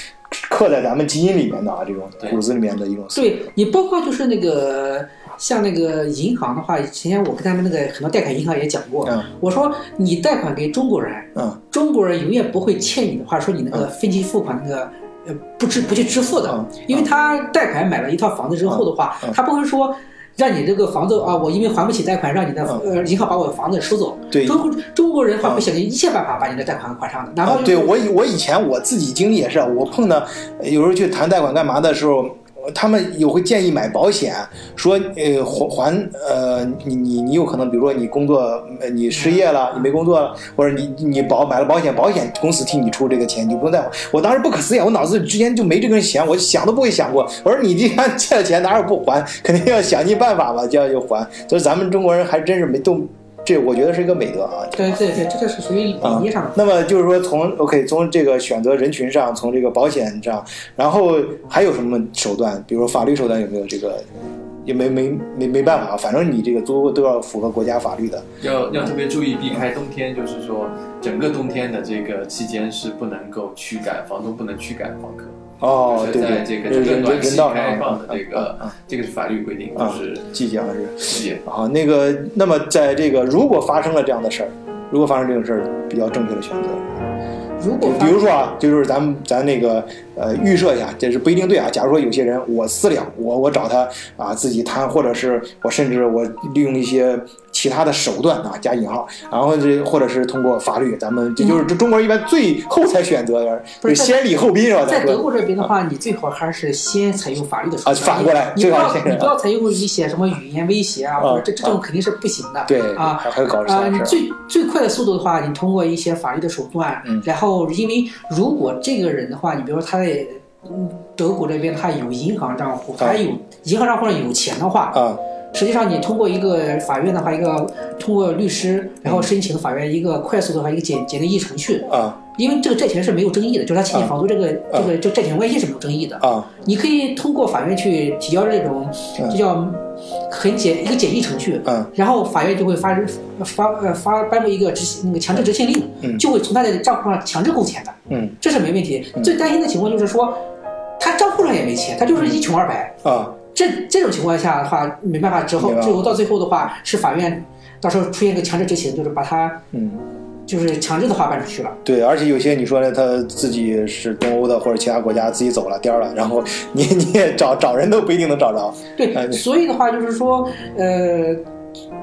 [SPEAKER 1] 刻在咱们基因里面的啊，这种
[SPEAKER 4] 对
[SPEAKER 1] 骨子里面的一种思
[SPEAKER 5] 对你包括就是那个像那个银行的话，以前我跟他们那个很多贷款银行也讲过，
[SPEAKER 1] 嗯
[SPEAKER 5] 我说你贷款给中国人，
[SPEAKER 1] 嗯
[SPEAKER 5] 中国人永远不会欠你的话，说你那个分期付款那个。呃，不支不去支付的，
[SPEAKER 1] 嗯
[SPEAKER 5] 因为他贷款买了一套房子之后的话，
[SPEAKER 1] 嗯嗯
[SPEAKER 5] 他不会说让你这个房子啊，我因为还不起贷款，让你的、
[SPEAKER 1] 嗯
[SPEAKER 5] 呃银行把我的房子收走。
[SPEAKER 1] 对
[SPEAKER 5] 中国中国人
[SPEAKER 1] 嗯
[SPEAKER 5] 会想尽一切办法把你的贷款还上的，哪怕
[SPEAKER 1] 啊
[SPEAKER 5] 就，是
[SPEAKER 1] 对我以我以前我自己经历也是啊，我碰到呃有时候去谈贷款干嘛的时候，呃他们有会建议买保险，说呃还还呃你你你有可能比如说你工作呃你失业了，你没工作了，或者你你保买了保险，保险公司替你出这个钱，你就不用再还。我当时不可思议，我脑子之间就没这根弦，我想都不会想过。我说你既然借了钱，哪有不还？肯定要想尽办法吧，这样就还。所以咱们中国人还真是没动，这我觉得是一个美德啊。
[SPEAKER 5] 对对对，这个是属于理
[SPEAKER 1] 啊
[SPEAKER 5] 念上的。
[SPEAKER 1] 那么就是说从，OK 从这个选择人群上，从这个保险上，然后还有什么手段？比如说法律手段有没有这个？也没没没没办法，反正你这个租都要符合国家法律的。
[SPEAKER 4] 要要特别注意避开冬天，就是说整个冬天的这个期间是不能够驱赶房东，不能驱赶房客。
[SPEAKER 1] 哦，
[SPEAKER 4] 就
[SPEAKER 1] 对
[SPEAKER 4] 是在
[SPEAKER 1] 对，
[SPEAKER 4] 这个
[SPEAKER 1] 人
[SPEAKER 4] 这个
[SPEAKER 1] 人
[SPEAKER 4] 短
[SPEAKER 1] 人
[SPEAKER 4] 期
[SPEAKER 1] 道
[SPEAKER 4] 开
[SPEAKER 1] 上
[SPEAKER 4] 放的这
[SPEAKER 1] 啊啊
[SPEAKER 4] 个
[SPEAKER 1] 啊，
[SPEAKER 4] 这个是法律规定，
[SPEAKER 1] 啊
[SPEAKER 4] 就是
[SPEAKER 1] 季节还是
[SPEAKER 4] 也
[SPEAKER 1] 啊，那个那么在这个如果发生了这样的事儿，如果发生这种事儿，比较正确的选择。
[SPEAKER 5] 如果
[SPEAKER 1] 比
[SPEAKER 5] 发
[SPEAKER 1] 比如说啊，就是咱们咱那个呃预设一下，这是不一定对啊。假如说有些人我私了，我我找他啊自己谈，或者是我甚至我利用一些其他的手段啊加引号，然后这或者是通过法律，咱们这就是中国人一般最后才选择，
[SPEAKER 5] 嗯不
[SPEAKER 1] 就是先礼后兵是吧？
[SPEAKER 5] 在
[SPEAKER 1] 啊咱说嗯
[SPEAKER 5] 德国这边的话，你最好还是先采用法律的手
[SPEAKER 1] 啊
[SPEAKER 5] 段。
[SPEAKER 1] 反过来
[SPEAKER 5] 你你不
[SPEAKER 1] 最
[SPEAKER 5] 要
[SPEAKER 1] 好先
[SPEAKER 5] 你不要采用一些什么语言威胁啊，
[SPEAKER 1] 啊
[SPEAKER 5] 或者这这
[SPEAKER 1] 啊
[SPEAKER 5] 种肯定是不行的。
[SPEAKER 1] 对
[SPEAKER 5] 啊
[SPEAKER 1] 还还有搞这
[SPEAKER 5] 啊，
[SPEAKER 1] 些
[SPEAKER 5] 你
[SPEAKER 1] 事儿
[SPEAKER 5] 最最快的速度的话，你通过一些法律的手段，
[SPEAKER 1] 嗯
[SPEAKER 5] 然后因为如果这个人的话，你比如说他在嗯德国这边他有银行账户，他
[SPEAKER 1] 哦
[SPEAKER 5] 有银行账户上有钱的话，
[SPEAKER 1] 啊
[SPEAKER 5] 实际上你通过一个法院的话，一个通过律师，然
[SPEAKER 1] 嗯
[SPEAKER 5] 后申请法院一个快速的话一个简简单易程序，
[SPEAKER 1] 啊
[SPEAKER 5] 因为这个债权是没有争议的，就是他欠你房租这个、
[SPEAKER 1] 啊
[SPEAKER 5] 这个这债权关系是没有争议的。
[SPEAKER 1] 啊
[SPEAKER 5] 你可以通过法院去提交这种
[SPEAKER 1] 嗯，
[SPEAKER 5] 就叫很简一个简易程序，
[SPEAKER 1] 嗯
[SPEAKER 5] 然后法院就会发发呃发颁布一个执行那个强制执行令，
[SPEAKER 1] 嗯
[SPEAKER 5] 就会从他的账户上强制扣钱的，
[SPEAKER 1] 嗯
[SPEAKER 5] 这是没问题。最担心的情况就是说，他账户上也没钱，他就是一穷二白，
[SPEAKER 1] 啊
[SPEAKER 5] 这这种情况下的话，没办法，之后
[SPEAKER 1] 没办法
[SPEAKER 5] 最后到最后的话，是法院到时候出现一个强制执行，就是把他
[SPEAKER 1] 嗯。
[SPEAKER 5] 就是强制的话搬出去了。
[SPEAKER 1] 对，而且有些你说呢，他自己是东欧的或者其他国家自己走了颠儿了，然后你你也找找人都不一定能找着。哎
[SPEAKER 5] 对，
[SPEAKER 1] 对
[SPEAKER 5] 所以的话就是说，呃，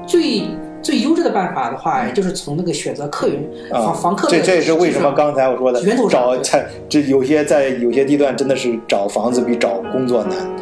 [SPEAKER 5] 最最优质的办法的话，也就是从那个选择客源
[SPEAKER 1] 嗯啊
[SPEAKER 5] 房房客
[SPEAKER 1] 这
[SPEAKER 5] 的
[SPEAKER 1] 这也是为什么
[SPEAKER 5] 基础上
[SPEAKER 1] 刚才我说的
[SPEAKER 5] 源头上
[SPEAKER 1] 找
[SPEAKER 5] 对
[SPEAKER 1] 在这有些在有些地段真的是找房子比找工作难啊。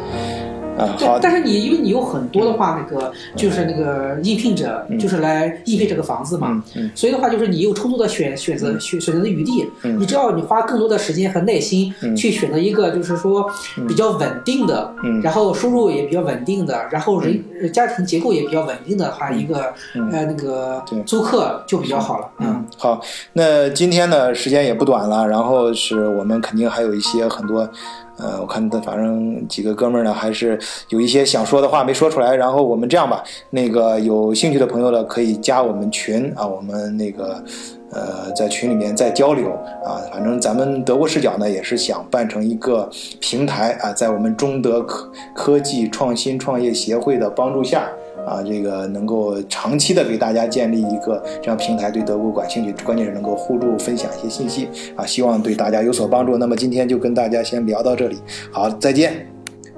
[SPEAKER 1] 好嗯
[SPEAKER 5] 对，，但是你因为你有很多的话，那个就是那个应聘者，就是来应聘这个房子嘛，
[SPEAKER 1] 嗯嗯
[SPEAKER 5] 所以的话就是你有充足的选选择选选择的余地，
[SPEAKER 1] 嗯
[SPEAKER 5] 你只要你花更多的时间和耐心
[SPEAKER 1] 嗯
[SPEAKER 5] 去选择一个就是说比较稳定的，
[SPEAKER 1] 嗯
[SPEAKER 5] 然后收入也比较稳定的，然后人、呃家庭结构也比较稳定的话，一个、
[SPEAKER 1] 嗯
[SPEAKER 5] 呃那个
[SPEAKER 1] 对
[SPEAKER 5] 租客就比较好了，嗯
[SPEAKER 1] 嗯，好，那今天呢时间也不短了，然后是我们肯定还有一些很多，呃，我看的反正几个哥们儿呢还是有一些想说的话没说出来，然后我们这样吧，那个有兴趣的朋友呢可以加我们群啊，我们那个。呃，在群里面再交流啊，反正咱们德国视角呢也是想办成一个平台啊，在我们中德科科技创新创业协会的帮助下，啊，这个能够长期的给大家建立一个这样平台，对德国感兴趣，关键是能够互助分享一些信息啊，希望对大家有所帮助。那么今天就跟大家先聊到这里，好，再见，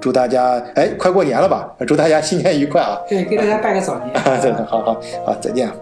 [SPEAKER 1] 祝大家哎，快过年了吧，祝大家新年愉快啊！ 。
[SPEAKER 5] 对，给大家拜个早年
[SPEAKER 1] 好好好，再见啊。